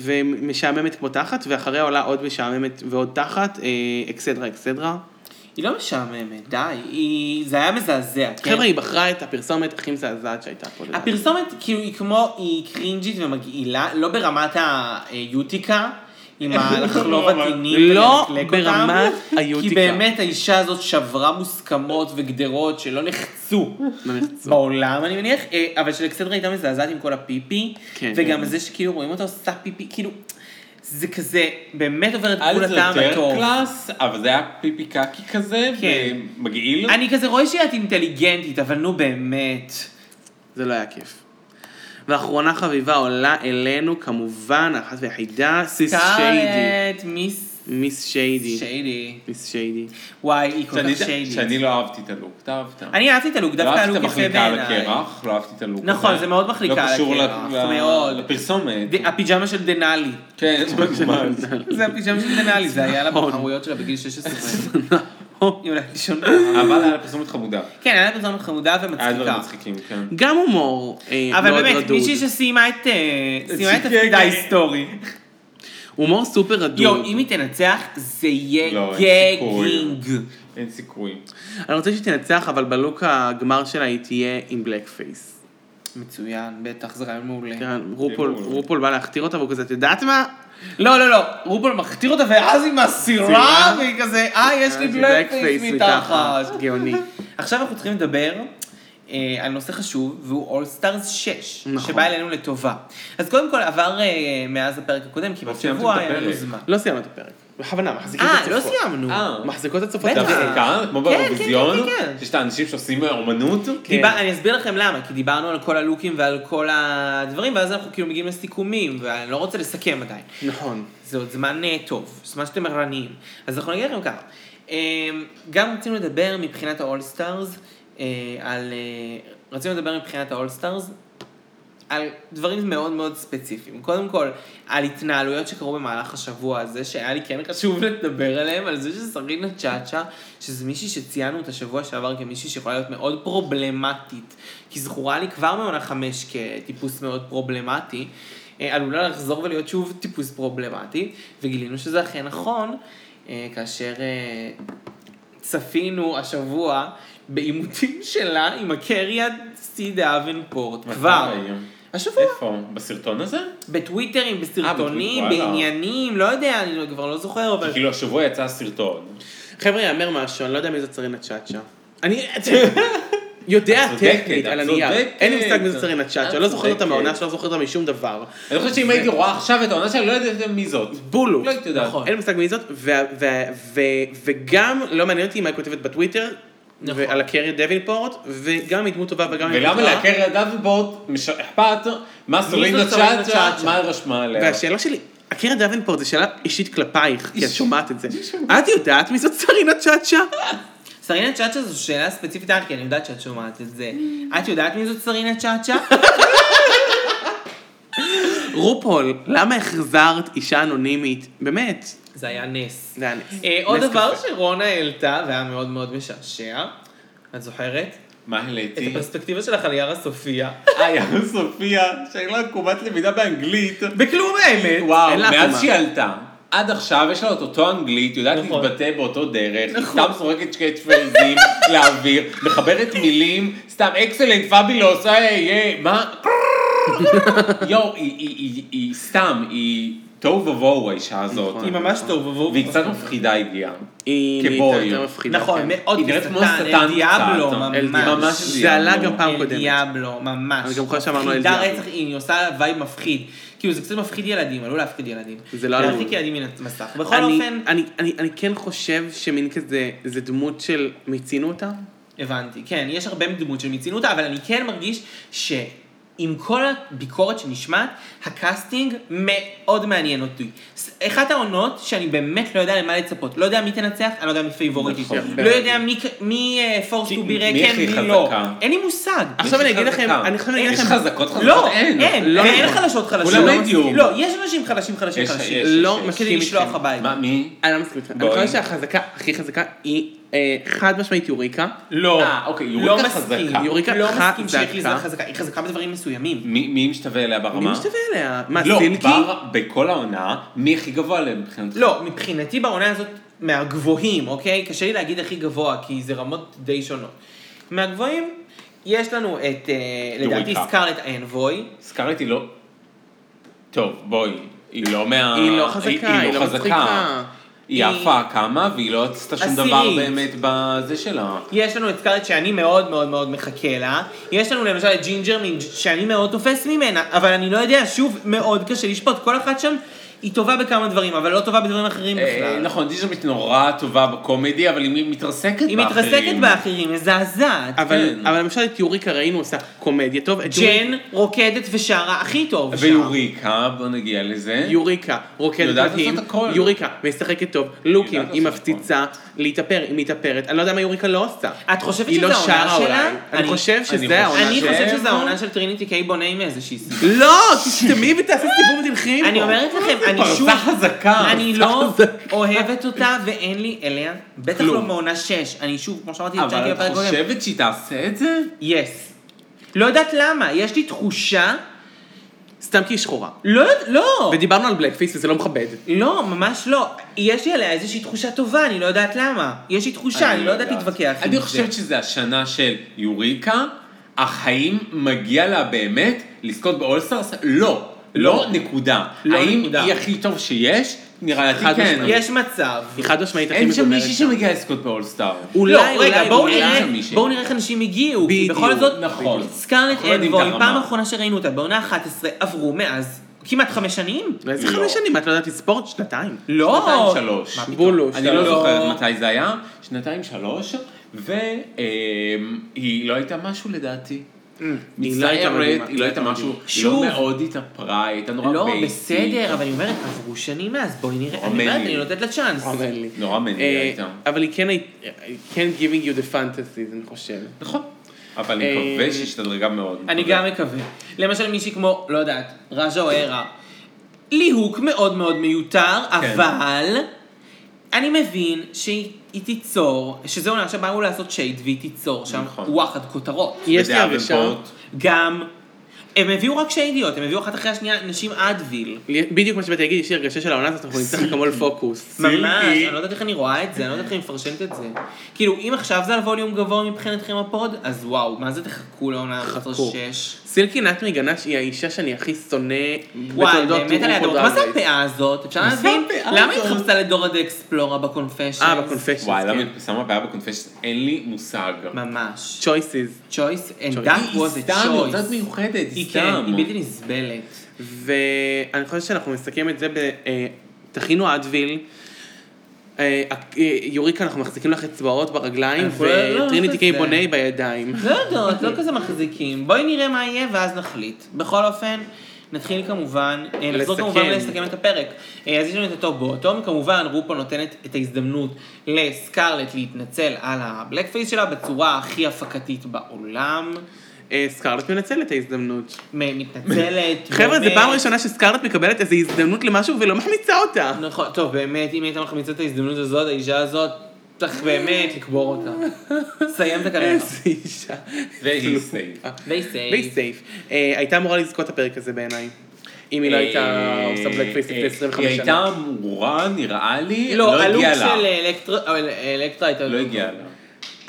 ומשעממת כמו תחת, ואחריה עולה עוד משעממת ועוד תחת, אה, אקסדרה אקסדרה. היא לא משעממת, די, היא... זה היה מזעזע, כן? חבר'ה, היא בחרה את הפרסומת הכי מזעזעת שהייתה פה. לדעתי. הפרסומת כאילו היא כמו, היא קרינג'ית ומגעילה, לא ברמת היוטיקה, *laughs* עם הלחלוב הטינים לא ולקלק אותם. *laughs* ברמת היוטיקה. כי באמת האישה הזאת שברה מוסכמות וגדרות שלא *laughs* נחצו לא נחצו. בעולם, אני מניח, אה, אבל של אקסנדרה הייתה מזעזעת עם כל הפיפי, כן. וגם זה שכאילו רואים אותה עושה פיפי, כאילו, זה כזה, באמת עובר את גבול אז זה הטעם יותר הטוב. קלאס, אבל זה היה פיפי קקי כזה, כן. ומגעיל. אני כזה רואה שאת אינטליגנטית, אבל נו באמת. זה לא היה כיף. ואחרונה חביבה עולה אלינו, כמובן, האחת והיחידה, סיס שיידי. סקארלט, מיס מיס שיידי. שיידי. מיס שיידי. וואי, היא כל שאני- כך שיידית. שאני לא אהבתי את הלוק, אתה אהבת. אני אהבתי את הלוק, דווקא הלוק לא יפה אהבתי את המחליקה על בעיניי. הקרח, לא אהבתי את הלוק הזה. נכון, זה מאוד מחליקה על לא הקרח, קשור ל- מאוד. ל- לפרסומת. ד- הפיג'מה של דנאלי. כן, ממש. *laughs* זה הפיג'מה של דנאלי, זה היה לה נכון. בחרויות שלה בגיל 16. *laughs* נכון. היא הולכת לישון. אבל היה לה פרסומת חמודה. כן, היה לה פרסומת חמודה היה דברים ומצחיקה. מצחיקים, כן. גם הומור אה, אבל מאוד באמת, רדוד. מישהי שסיימה את אה, סיימה את שיקגה. תפקידה ההיסטורי. הומור סופר רדוד. יואו, אם היא תנצח, זה יהיה לא, אין סיכוי. גגינג. אין סיכוי. אני רוצה שתנצח, אבל בלוק הגמר שלה היא תהיה עם בלק פייס. מצוין, בטח, זה רעיון מעולה. כן, רופול, זה מעולה. רופול בא להכתיר אותה והוא כזה, את יודעת מה? לא, לא, לא, רופול מכתיר אותה, ואז היא מסירה, מסירה. והיא כזה, אה, יש לי אז בלק פייס blackface מתחת. גאוני. עכשיו אנחנו צריכים לדבר אה, על נושא חשוב, והוא אולסטארס 6, נכון. שבא אלינו לטובה. אז קודם כל, עבר אה, מאז הפרק הקודם, כמעט סיימתם שבוע לא את היה לנו הפרק. כאילו זמן. לא סיימנו את הפרק. בכוונה, מחזיקים את אה, לא הצופות. סיימנו. אה. מחזיקות אה, הצופות. בטח. זה גם- הפסיקה, כמו כן, כן, באירוויזיון, כן, כן, כן. שיש את האנשים שעושים אומנות. דיבר, כן? אני אסביר לכם למה, כי דיברנו על כל הלוקים ועל כל הדברים, ואז אנחנו כאילו מגיעים לסיכומים, ואני לא רוצה לסכם עדיין. נכון. זה עוד זמן אה, טוב, זמן שאתם ערניים. אז אנחנו נגיד לכם ככה, אה, גם רצינו לדבר מבחינת האולסטארס, על... אה, רצינו לדבר מבחינת האולסטארס על דברים מאוד מאוד ספציפיים. קודם כל, על התנהלויות שקרו במהלך השבוע הזה, שהיה לי כן חשוב לדבר עליהם, על זה ששרינה צ'אצ'ה, שזו מישהי שציינו אותה שבוע שעבר כמישהי שיכולה להיות מאוד פרובלמטית, כי זכורה לי כבר מעונה חמש כטיפוס מאוד פרובלמטי, אה, עלולה לחזור ולהיות שוב טיפוס פרובלמטי, וגילינו שזה אכן נכון, אה, כאשר אה, צפינו השבוע בעימותים שלה עם הקריה סי דאבנפורט, מתי? כבר. השבוע. איפה? בסרטון הזה? בטוויטרים, בסרטונים, אה, בטוויטר, וואלה. בעניינים, לא יודע, אני לא- כבר לא זוכר, אבל... כי כאילו השבוע יצא הסרטון. חבר'ה, יאמר משהו, אני לא יודע מי זאת סרינה צ'אצ'ה. אני... *laughs* יודע את צודקת, טכנית על את הנייר. צודקת. אין לי מושג מי זאת סרינה את צ'אצ'ה. לא זוכר אותה צודקת. מהעונה שלא זוכר אותה משום דבר. אני חושבת שאם הייתי רואה עכשיו את העונה שלה, לא יודעת מי זאת. בולו. לא הייתי יודעת. נכון. אין לי מושג מי זאת, ו- ו- ו- וגם לא מעניין אותי מה היא כותבת בטוויטר, נכון. ועל הקרי דווינפורט, וגם היא דמות טובה וגם היא ולמה דמות אה? רעה. להכר את דאבנבורט, מש- אכפת מה סורינה סורינה צ'אצ'ה, צ'אצ'ה? מה היא רשמה עליה. והשאלה שלי, הקרי דווינפורט זו שאלה אישית כלפייך, כי את שומעת את זה. את יודעת מי זאת סרינה צ'אצ'ה? סרינה צ'אצ'ה זו שאלה ספציפית לך, כי אני יודעת שאת שומעת את זה. Mm. את יודעת מי זאת סרינה *laughs* צ'אצ'ה? רופול, למה החזרת אישה אנונימית? באמת, זה היה נס. זה היה נס. אה, עוד נס דבר קפה. שרונה העלתה, והיה מאוד מאוד משעשע, את זוכרת? מה את העליתי? הפרספקטיבה שלך על יארה סופיה. אה, יאללה סופיה, שהיו לה עקומת למידה באנגלית. בכלום האמת. וואו, אין לה מאז עקומה. שהיא עלתה. עד עכשיו יש לה את אותו אנגלית, יודעת נכון. להתבטא באותו דרך, היא נכון. סתם זורקת שקט פייזים *laughs* לאוויר, מחברת מילים, סתם אקסלנט, פאבילוס, אה, אה, מה? *laughs* יואו, היא- היא- היא- היא סתם, היא תוהו ובוהו האישה הזאת. נכון. היא ממש טוב, ובוא. והיא קצת מפחידה הגיעה. היא נהייתה כבוי. יותר מפחידה. נכון, כן. מאוד היא נראית כמו שטן אל דיאבלו, קצת. ממש. אל דיאבלו. ממש זה עלה דיאבלו. גם פעם אל קודמת. דיאבלו, ממש. אני גם חושב שאמרנו אל מפחידה דיאבלו. רצח, היא עושה וייב מפחיד. כאילו, זה קצת מפחיד ילדים, עלול להפחיד ילדים. זה לא עלול. להרחיק ילדים מן המסך. בכל אני, אופן, אני, אני, אני כן חושב שמין כזה, זה דמות של מיצינו אותה. הבנתי. כן, יש הרבה דמות של מיצינו אותה, אבל אני כן מרגיש ש... עם כל הביקורת שנשמעת, הקאסטינג מאוד מעניין אותי. ס- אחת העונות שאני באמת לא יודע למה לצפות. לא יודע מי תנצח, אני לא יודע מי פייבוריטית. נכון. לא יודע מי- מי אה, פורס כי- טו מי בי כן, הכי מי לא. חזקה? אין לי מושג. עכשיו אני יש אגיד לכם- חזקה. אני חושב שאני אגיד יש לכם- חזקות חזקות? לא, אין, אין, לא. אין חלשות חלשות. כולם לא בדיוק. מסכים. לא, יש אנשים חלשים חלשים יש- חלשים. יש- לא יש- מסכים כדי לשלוח איתכם. הביתה. מה, מי? אני לא מסכים איתך. אני בואי. חושב שהחזקה הכי חזקה היא אה, חד משמעית יוריקה. לא, אה, אוקיי, לא יוריקה מסכים. חזקה. יוריקה לא חזקה. מסכים שיש לי זר חזקה. היא חזקה בדברים מסוימים. מי מי משתווה אליה ברמה? מי משתווה אליה? מה, לא, סילקי? בר בכל העונה, מי הכי גבוה עליהם מבחינתך? לא, מבחינתי בעונה הזאת מהגבוהים, אוקיי? קשה לי להגיד הכי גבוה, כי זה רמות די שונות. מהגבוהים, יש לנו את, אה, יוריקה. לדעתי, סקארלט אנבוי. סקארלט היא לא... טוב, בואי, היא לא מה... היא לא חזקה, היא לא חזקה. מצחיקה. היא היא- עפה כמה, והיא לא עשתה שום עשירית. דבר באמת בזה שלה. יש לנו את סקארלט שאני מאוד מאוד מאוד מחכה לה, יש לנו למשל את ג'ינג'ר מין- שאני מאוד תופס ממנה, אבל אני לא יודע, שוב, מאוד קשה לשפוט, כל אחת שם היא טובה בכמה דברים, אבל לא טובה בדברים אחרים אה, בכלל. נכון, דיז'מית נורא טובה בקומדי, אבל היא מתרסקת באחרים. היא מתרסקת באחרים, מזעזעת. אבל כן. אבל למשל את יוריקה ראינו עושה קומדיה טוב. את יוריקה- ג'ן רוקדת ושרה הכי טוב שם. ויוריקה, בוא נגיע לזה. יוריקה, רוקדת יודעת מדהים, לעשות הכל. יוריקה, משחקת טוב, לוקים, יודעת היא לעשות מפציצה, להתאפר, היא מתאפרת, אני לא יודע מה יוריקה לא עושה. את חושבת היא שזו לא העונה שלה? שרה אולי. אני אני- חושב אני שזה העונה אני ש- חושבת שלה. שזו העונה של טריניטי קיי בוני מאיזושהי סיבה. לא, תסתמי ותעשי סיבוב ותלכי מפה. אני אומרת לכם, אני כאילו, פרצה שוב, חזקה. אני פרצה לא חזקה. אוהבת אותה ואין לי אליה, בטח כלום. לא מעונה 6, אני שוב, כמו שאמרתי, אבל את חושבת שהיא תעשה את זה? יס. לא יודעת למה, יש לי תחושה, סתם כי היא שחורה. לא יודעת, לא, ודיברנו על בלקפיס וזה לא מכבד. לא, ממש לא, יש לי עליה איזושהי תחושה טובה, אני לא יודעת למה, יש לי תחושה, אני לא יודעת להתווכח עם זה. אני חושבת שזה השנה של יוריקה, אך האם מגיע לה באמת לזכות באולסטארס? לא. לא נקודה. לא האם נקודה. היא הכי טוב שיש? נראה לי חד כן. משמעית. יש מצב. היא חד משמעית הכי אין שם מגומרת. מישהי שמגיעה לזכות באולסטאר. אולי, לא, אולי, רגע, בואו אולי. נראה, מישהי. בואו נראה איך אנשים הגיעו, כי בדיוק, בכל זאת, נכון. סקארלט אנחנו לא יודעים את אנבוי, הרמה. פעם אחרונה שראינו אותה, בעונה 11 עברו מאז כמעט חמש שנים? איזה לא. חמש שנים, את לא יודעת לספורט? שנתיים. לא. שנתיים שלוש. מה פתאום? בולוש. אני לא שלוש. זוכרת מתי זה היה. שנתיים שלוש, והיא לא הייתה משהו לדעתי. היא לא הייתה Mm. מצטערת, מדהימה. היא לא הייתה משהו, היא שוב. לא מאוד התאפרה, היא הייתה נורא לא, בייסית. בסדר, אבל אני אומרת, עברו שנים מאז, בואי נראה, אני אמן אומרת, לי. אני נותנת לה צ'אנס. אמן לי. נורא מניעה אה, הייתה. אבל היא כן היית- היא כן giving you the fantasies, אני חושב. נכון. אבל אני אה, מקווה שהיא השתדרגה מאוד. אני מקווה. גם מקווה. למשל מישהי כמו, לא יודעת, רג'ה או ערה. ליהוק מאוד מאוד מיותר, אבל אני מבין שהיא היא תיצור, שזו עונה שבה הוא לעשות שייד והיא תיצור שם נכון. וואחד כותרות. יש לי בדאבנפורט. הרגשה. גם, הם הביאו רק שיידיות, הם הביאו אחת אחרי השנייה נשים אדוויל. בדיוק מה שבאתי להגיד, יש לי הרגשה של העונה *laughs* הזאת, אנחנו נצטרך לקמול פוקוס. ממש, סילקי. אני לא יודעת איך אני רואה את זה, אני לא יודעת איך אני מפרשנת את זה. כאילו, אם עכשיו זה על ווליום גבוה מבחינתכם הפוד, אז וואו, מה זה תחכו לעונה חכו. 11-6? סילקי נטמי גנש היא האישה שאני הכי שונא וואי, בתולדות באמת עליה דורות. רופול מה זה דרג רייס. הפאה הזאת? אפשר להבין? הפאה למה היא הזאת? התחפשה לדורה דה אקספלורה בקונפשן? אה, בקונפשיונס, וואי, למה כן. היא שמה בעיה בקונפשן? אין לי מושג. ממש. צ'ויסיס. צ'וייס, and Choice. that was a סתם, היא choice. יודעת מיוחדת, היא כן, סתם. היא בלתי נסבלת. ואני חושב שאנחנו נסכם את זה ב... אה, תכינו אדוויל. אה, אה, יוריקה, אנחנו מחזיקים לך אצבעות ברגליים, אנחנו לא- לא וטריניטי נעשה קיי את זה. בוני בידיים. לא יודעות, לא כזה מחזיקים. בואי נראה מה יהיה ואז נחליט. בכל אופן, נתחיל כמובן, אה, נחזור לסכם. כמובן לסכם את הפרק. אה, אז יש לנו את הטוב באוטום, כמובן רופו נותנת את ההזדמנות לסקארלט להתנצל על הבלק פייס שלה בצורה הכי הפקתית בעולם. אה, סקארלט מנצל את ההזדמנות. מ- מתנצלת. חבר'ה, זו באמת. פעם ראשונה שסקארלט מקבלת איזו הזדמנות למשהו ולא מחמיצה אותה. נכון, טוב, באמת, אם הייתה מחמיצה את ההזדמנות הזאת, האישה הזאת, צריך באמת לקבור אותה. סיים את *laughs* הקריירה. איזה אישה. והיא safe. די בי סייף. סייף. הייתה אמורה לזכות את הפרק הזה בעיניי. אם היא לא הייתה אה, עושה בלק פייס לפני אה, 25 שנה. היא הייתה אמורה, נראה לי, לא, לא הלוק הגיע לה. של אלקטרה- אבל אלקטרה הייתה... לא הגיע לה. אם אה,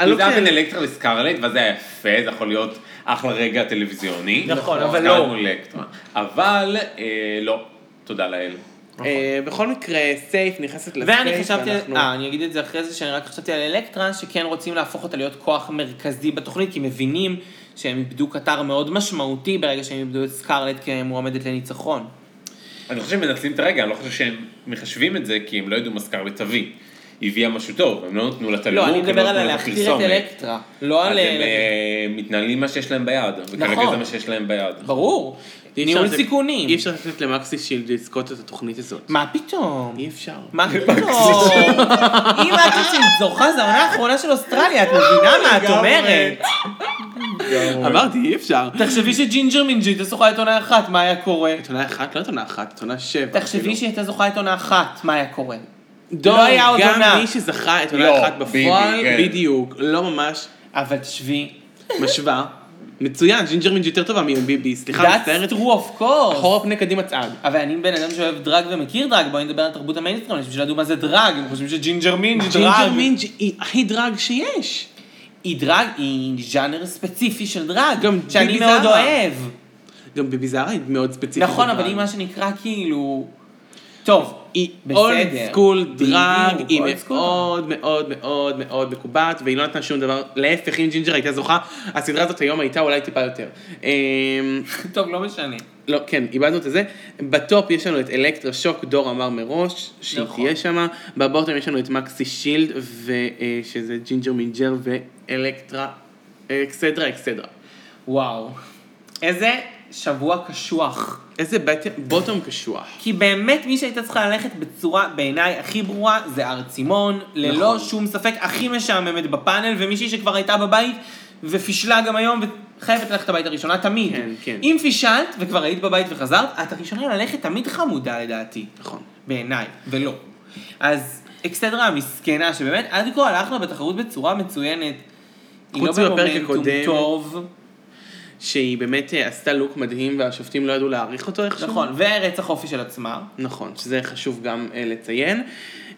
הלוק זה היה של- בין אלקטרה לסקרלט, ואז זה היה יפה, זה יכול להיות אחלה רגע טלוויזיוני. נכון, אבל סקרלט לא. מול אלקטרה. אבל אה, לא, תודה לאל. אה, בכל מקרה, סייף נכנסת לסייף. ואני חשבתי, אה, אני אגיד את זה אחרי זה, שאני רק חשבתי על אלקטרה, שכן רוצים להפוך אותה להיות כוח מרכזי בתוכנית, כי מבינים שהם איבדו קטר מאוד משמעותי ברגע שהם איבדו את סקארלט כמועמדת לניצחון. אני חושב שהם מנצלים את הרגע, אני לא חושב שהם מחשבים את זה, כי הם לא ידעו מה סקרלט תביא. היא הביאה משהו טוב, הם לא נתנו לה את לא, הלימוד, אני הם מדבר על נתנו לה את להכתיר את הפרסומת. אלקטרה, לא אז על... הם אה, אה, מתנהלים מה שיש להם ביד, וכרגע נכון. זה מה שיש להם ביד. ברור, ניהול סיכונים. אי אפשר לתת למקסי שילד לזכות את התוכנית הזאת. מה פתאום? אי אפשר. מה *laughs* פתאום? אם את חושבת שהיא זוכה, זו העונה האחרונה של אוסטרליה, את מבינה מה את אומרת? אמרתי, אי אפשר. תחשבי שג'ינג'ר מינג'י הייתה זוכה את עונה אחת, מה היה קורה? את עונה אחת, לא את עונה אחת, את עונה שבע. כאילו. תחשבי אפילו. שהיא הייתה זוכה את עונה אחת, מה היה קורה? דור, לא היה עוד עונה. גם מי שזכה את עונה לא, אחת ביבי, בפועל, כן. בדיוק, לא ממש אבל תשבי, משווה. מצוין, ג'ינג'ר מינג' יותר טובה מביבי, סליחה, that's מצטערת. true of course. אחורה פני קדימה צעד. אבל אני בן אדם שאוהב דרג ומכיר דרג, בואי נדבר על תרבות המיינסטרים, אנשים שלא ידעו מה זה דרג, הם חושבים שג'ינג'ר מינג' ג'ינג'ר דרג. מינג' היא הכי דרג שיש. היא דרג, היא ז'אנר ספציפי של דרג, גם שאני ביבי מאוד זהבה. אוהב. גם בביזארה היא מאוד ספציפית. נכון, אבל לדרג. היא מה שנקרא כאילו... טוב, היא בסדר. אולד סקול דרג, בדיוק, היא old school. מאוד מאוד מאוד מאוד מקובעת, והיא לא נתנה שום דבר, להפך, אם ג'ינג'ר הייתה זוכה, הסדרה הזאת היום הייתה אולי טיפה יותר. אמ, טוב, לא משנה. לא, כן, איבדנו את זה. בטופ יש לנו את אלקטרה שוק, דור אמר מראש, שהיא נכון. תהיה שמה. בבוטום יש לנו את מקסי שילד, ו- אה, שזה ג'ינג'ר מינג'ר ואלקטרה, אקסדרה, אקסדרה. וואו. איזה שבוע קשוח. איזה בת- בוטום קשוח. כי באמת מי שהייתה צריכה ללכת בצורה בעיניי הכי ברורה זה הר צימון, ללא נכון. שום ספק הכי משעממת בפאנל, ומישהי שכבר הייתה בבית ופישלה גם היום וחייבת ללכת הביתה ראשונה תמיד. כן, כן. אם פישלת וכבר היית בבית וחזרת, את הראשונה ללכת תמיד חמודה לדעתי. נכון. בעיניי, ולא. אז אקסטדרה המסכנה, שבאמת עד כה הלכנו בתחרות בצורה מצוינת. היא לא חוץ מהפרק במומנטום הקודם. טוב, שהיא באמת אה, עשתה לוק מדהים והשופטים לא ידעו להעריך אותו איכשהו. נכון, ורצח אופי של עצמה. נכון, שזה חשוב גם אה, לציין.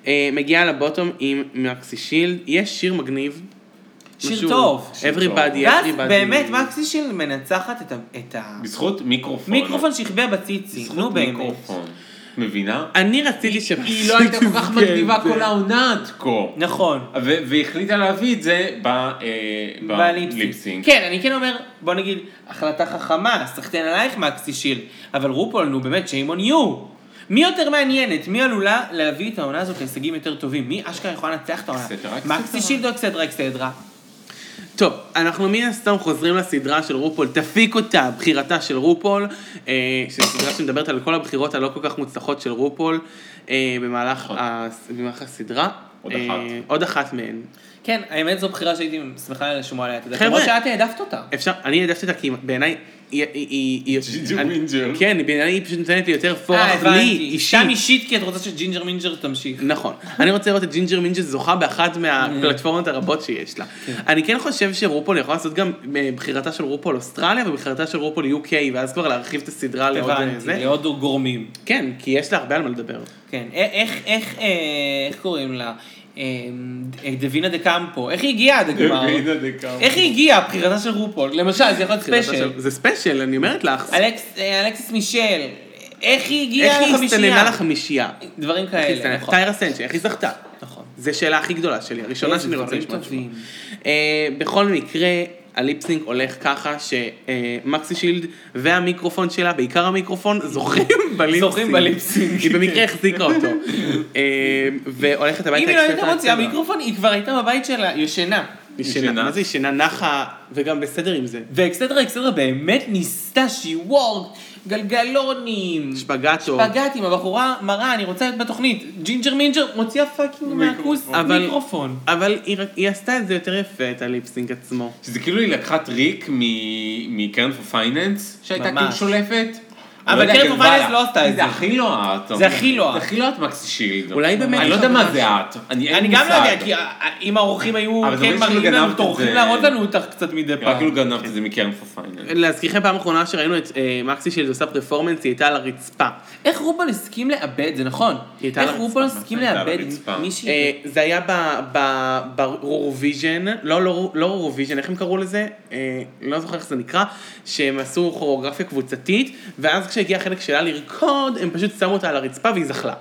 אה, מגיעה לבוטום עם מקסי שילד, יש שיר מגניב. שיר משהו- טוב. Everybody, everybody. ואז באמת מקסי שילד מנצחת את ה- את בזכות מיקרופון. המיקרופון שכבה בציצי, נו בזכות באמת. מיקרופון. מבינה? אני רציתי ש... היא לא הייתה כל כך מגניבה כל העונה עד כה. נכון. ו- והחליטה להביא את זה ב- אה, בליפסינג. בליפסינג. כן, אני כן אומר, בוא נגיד, החלטה חכמה, סחטיין עלייך מקסי שילד, אבל רופול, נו באמת, shame on you. מי יותר מעניינת? מי עלולה להביא את העונה הזאת להישגים יותר טובים? מי אשכרה יכולה לנצח את העונה? אקסטרה, אקסטרה. מקסי שילד או אקסדרה אקסדרה? טוב, אנחנו מן הסתם חוזרים לסדרה של רופול, תפיק אותה, בחירתה של רופול, אה, שזו סדרה שמדברת על כל הבחירות הלא כל כך מוצלחות של רופול אה, במהלך, ה... במהלך הסדרה. נכון. עוד אה, אחת. עוד אחת מהן. כן, האמת זו בחירה שהייתי שמחה לשמוע עליה, אתה יודע, חבר'ה. למרות שאת העדפת אותה. אפשר, אני העדפתי אותה כי בעיניי היא... היא- היא- היא- ג'ינג'ר אני- מינג'ר. כן, בעיניי היא פשוט נותנת לי יותר פורח לי, אה, הבנתי. אישית. שם אישית, כי את רוצה שג'ינג'ר מינג'ר תמשיך. נכון. אני רוצה לראות את ג'ינג'ר מינג'ה זוכה באחת מהפלטפורמות הרבות שיש לה. אני כן חושב שרופול יכול לעשות גם אה, בחירתה של רופול אוסטרליה ובחירתה של רופול UK, ואז כבר להרחיב את הסדרה לעוד אה, הבנתי, זה. לעוד גורמים. כן, כי יש לה הרבה על מה לדבר. כן, א- איך, איך, אה, איך קוראים לה? אה, אה, דווינה דה קמפו, איך היא הגיעה עד הגמר? דווינה דה קמפו. איך היא הגיעה? בחירתה של רופול, למשל, זה יכול להיות בחירתה ספיישל. של- זה ספיישל, אני אומרת לך. אלכס- אה, אלכסיס מישל, איך היא איך הגיעה היא לחמישייה? הסתננה לחמישייה? דברים איך היא כאלה, הסתננה? נכון. טיירה סנצ'י, איך היא זכתה? נכון. זו שאלה הכי גדולה שלי, הראשונה איזה שאני רוצה דברים לשמוע תשובה. טובים. אה, בכל מקרה, הליפסינג הולך ככה שמקסי שילד והמיקרופון שלה, בעיקר המיקרופון, זוכים *laughs* בליפסינג. זוכים בליפסינג. היא במקרה החזיקה *laughs* אותו. אה, והולכת הביתה. אם היא לא אקסטרה הייתה מוציאה אקסטרה. מיקרופון, היא כבר הייתה בבית שלה, ישנה. ישנה. ישנה. מה זה ישנה? נחה, וגם בסדר עם זה. ואקסטרה אקסטרה באמת ניסתה שהיא וורק, גלגלונים, שפגטו. שפגטים, הבחורה מראה, אני רוצה להיות בתוכנית, ג'ינג'ר מינג'ר מוציאה פאקינג מהכוס אבל- מיקרופון. אבל היא רק- היא עשתה את זה יותר יפה, את הליפסינג עצמו. שזה כאילו היא לקחה טריק מ- מקרן פור פייננס, שהייתה ממש. כאילו שולפת. אבל לא יודע, קרן for גנבה finance לה. לא עשתה את זה. זה הכי לא את. זה הכי לא את. זה הכי לא את מקסי שילד. אולי באמת אני יש לא יודע עבודה מה זה את. אני אין אני לי גם לא יודע, מושג. כי ה- ה- אם האורחים היו אבל זה כן אומר שכאילו מראים לנו, גנבת את טורחים זה. להראות לנו אותך קצת מדי רק פעם. כאילו גנבת את זה מקרן פור פייננס. להזכירכם, פעם אחרונה שראינו את אה, מקסי שילד עושה פרפורמנס, היא הייתה על הרצפה. איך רופול הסכים לאבד, זה נכון. הייתה על איך הרצפה, רופול הסכים הייתה על לאבד הרצפה. מישהי? אה, זה היה ברורוויז'ן, לא לא- לא רורוויז'ן, איך הם קראו לזה? אה, לא זוכר איך זה נקרא, שהם עשו כוריאוגרפיה קבוצתית, ואז כשהגיע החלק שלה לרקוד, הם פשוט שמו אותה על הרצפה והיא זחלה.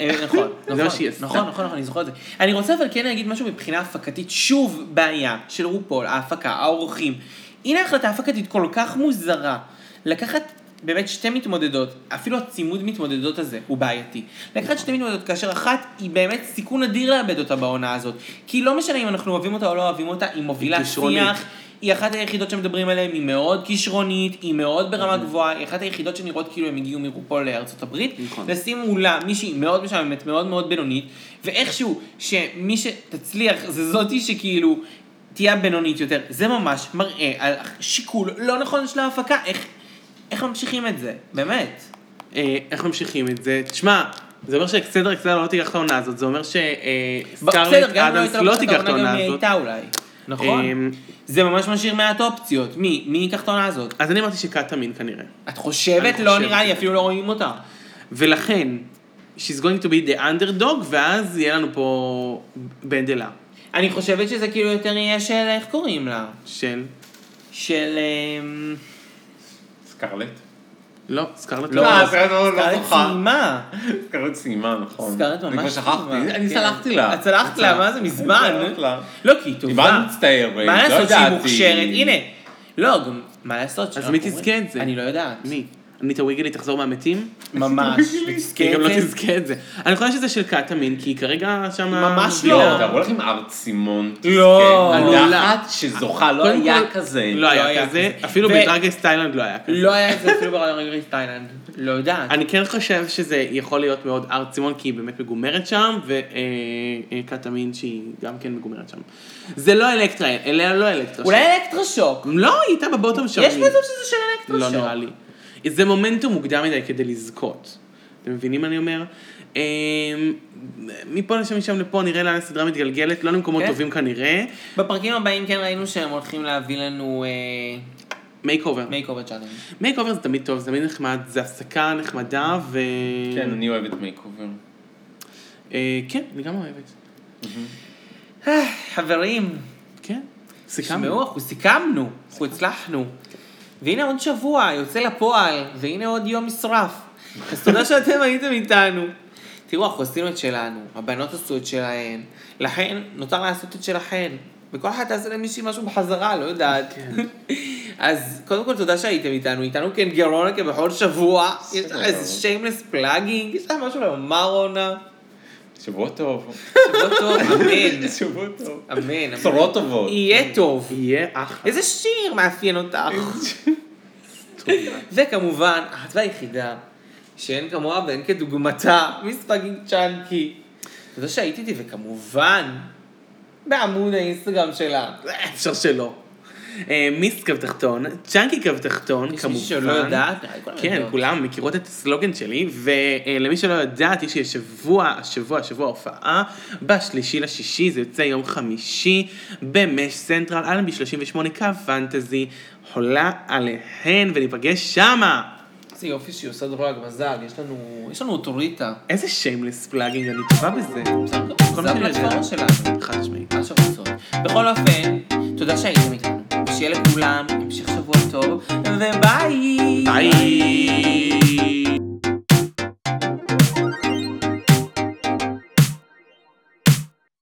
אה, נכון, זה נכון, מה שהיא עשתה. נכון, נכון, נכון, אני זוכר את זה. אני רוצה אבל כן להגיד משהו מבחינה הפקתית, שוב בעיה של רופול, ההפקה, האורחים. הנה החלטה הפקתית כל כך מוזרה. לקחת באמת שתי מתמודדות, אפילו הצימוד מתמודדות הזה הוא בעייתי. לקחת שתי מתמודדות כאשר אחת היא באמת סיכון אדיר לאבד אותה בעונה הזאת. כי לא משנה אם אנחנו אוהבים אותה או לא אוהבים אותה, היא מובילה כישרונית. שיח. היא אחת היחידות שמדברים עליהן, היא מאוד כישרונית, היא מאוד ברמה אוקיי. גבוהה, היא אחת היחידות שנראות כאילו הם הגיעו מרופול לארצות הברית. נכון. לשים מולה מישהי מאוד משעממת, מאוד מאוד בינונית, ואיכשהו שמי שתצליח זה זאתי שכאילו תהיה הבינונית יותר. זה ממש מראה על שיקול לא נכון של ההפקה, איך, איך ממשיכים את זה, באמת. אה, איך ממשיכים את זה? תשמע, זה אומר שאקסדר אקסדר לא תיקח את העונה הזאת, זה אומר שסקרלט בסדר, גם לא אדמס הייתה לא לוקחת תיקח את העונה, גם העונה היא הזאת. הייתה אולי. נכון. אמ, זה ממש משאיר מעט אופציות. מי? מי ייקח את העונה הזאת? אז אני אמרתי שקטאמין כנראה. את חושבת? לא חושבת. נראה לי, אפילו לא רואים אותה. ולכן, she's going to be the underdog, ואז יהיה לנו פה בנדלה אני חושבת שזה כאילו יותר יהיה של איך קוראים לה? של... של... אמ, סקרלט? לא, סקרלט לא, אה, לא. סקרלט לא לא סקארלט זוכה. סיימה. סקרלט סיימה, נכון. סקארלט אני כבר ממש שכחתי, סיימה. אני כן. סלחתי לה. את סלחת לה, מה זה מזמן? סלחת לה. לא, כי היא היא טובה. מאוד מצטערת, מה לא לעשות שהיא ידעתי. מוכשרת? הנה. לא, גם מה לעשות? אז שאנחנו מי אומרים? תזכה את זה? אני לא יודעת. מי? אניטה ויגלי תחזור מהמתים? ממש. תזכה היא *laughs* גם לא את זה? תזכה את זה. אני חושבת שזה של קטאמין, כי היא כרגע שם... ממש לא, לא. תארו לכם ארצימון. לא. עלולה. עלולה. שזוכה, לא היה כזה. לא היה כזה, אפילו ו- בדרגס תאילנד לא היה כזה. לא היה את זה אפילו ברנגריס תאילנד. לא יודעת. אני כן חושב שזה יכול להיות מאוד הר צימון, כי היא באמת מגומרת שם, וקטמין שהיא גם כן מגומרת שם. זה לא אלקטרה, אליה לא אלקטרה. אולי אלקטרשוק. שם. לא, היא הייתה בבוטום שם. יש היא- מצב שזה של אלקטרשוק. לא נראה לי. זה מומנטום מוקדם מדי כדי לזכות. אתם מבינים מה אני אומר? אמ, מפה לשם, משם לפה, נראה לאן הסדרה מתגלגלת, לא למקומות כן. טובים כנראה. בפרקים הבאים כן ראינו שהם הולכים להביא לנו אה, מייק אובר. מייק אובר צ'אנל. מייק אובר זה תמיד טוב, זה תמיד נחמד, זה הפסקה נחמדה, ו... כן, אני אוהב את מייקובר. אה, כן, אני גם אוהבת. חברים, כן. סיכמנו. תשמעו, אנחנו סיכמנו, אנחנו הצלחנו. והנה עוד שבוע יוצא לפועל, והנה עוד יום נשרף. אז תודה שאתם הייתם איתנו. תראו, אנחנו עשינו את שלנו, הבנות עשו את שלהן, לכן נותר לעשות את שלכן. וכל אחת תעשה למישהי משהו בחזרה, לא יודעת. *laughs* אז קודם כל תודה שהייתם איתנו, איתנו כן גרונה כבכל שבוע. יש לך איזה שיימלס פלאגינג, יש לך משהו לומר רונה. שבוע טוב. שבוע טוב, אמן. שבוע טוב. אמן, אמן. בשורות טובות. יהיה טוב. יהיה אחלה. איזה שיר מאפיין אותך. וכמובן, את והיחידה, שאין כמוה ואין כדוגמתה, מיס פאגינג צ'אנקי. תודה שהיית איתי, וכמובן, בעמוד האינסטגרם שלה. אפשר שלא. אה, מיס קו תחתון, צ'אנקי קו תחתון, יש כמובן. מישהי שלא יודעת, נראה לי כולם כן, יודעות. כולם מכירות את הסלוגן שלי, ולמי שלא יודעת, יש לי שבוע, השבוע, השבוע הופעה, בשלישי לשישי, זה יוצא יום חמישי, במש סנטרל אלנבי 38 קו פנטזי, חולה עליהן, וניפגש שמה! איזה יופי שהיא עושה דרג מזל, יש לנו, יש לנו אוטוריטה. איזה שיימלס פלאגינג, אני טובה בזה. זה שאני הפלטפורמה יודע. שלנו. חד משמעית. מה שרוצות. בכל אופן, תודה שהייתם איתנו. ושיהיה לכולם המשך שבוע טוב, וביי! ביי!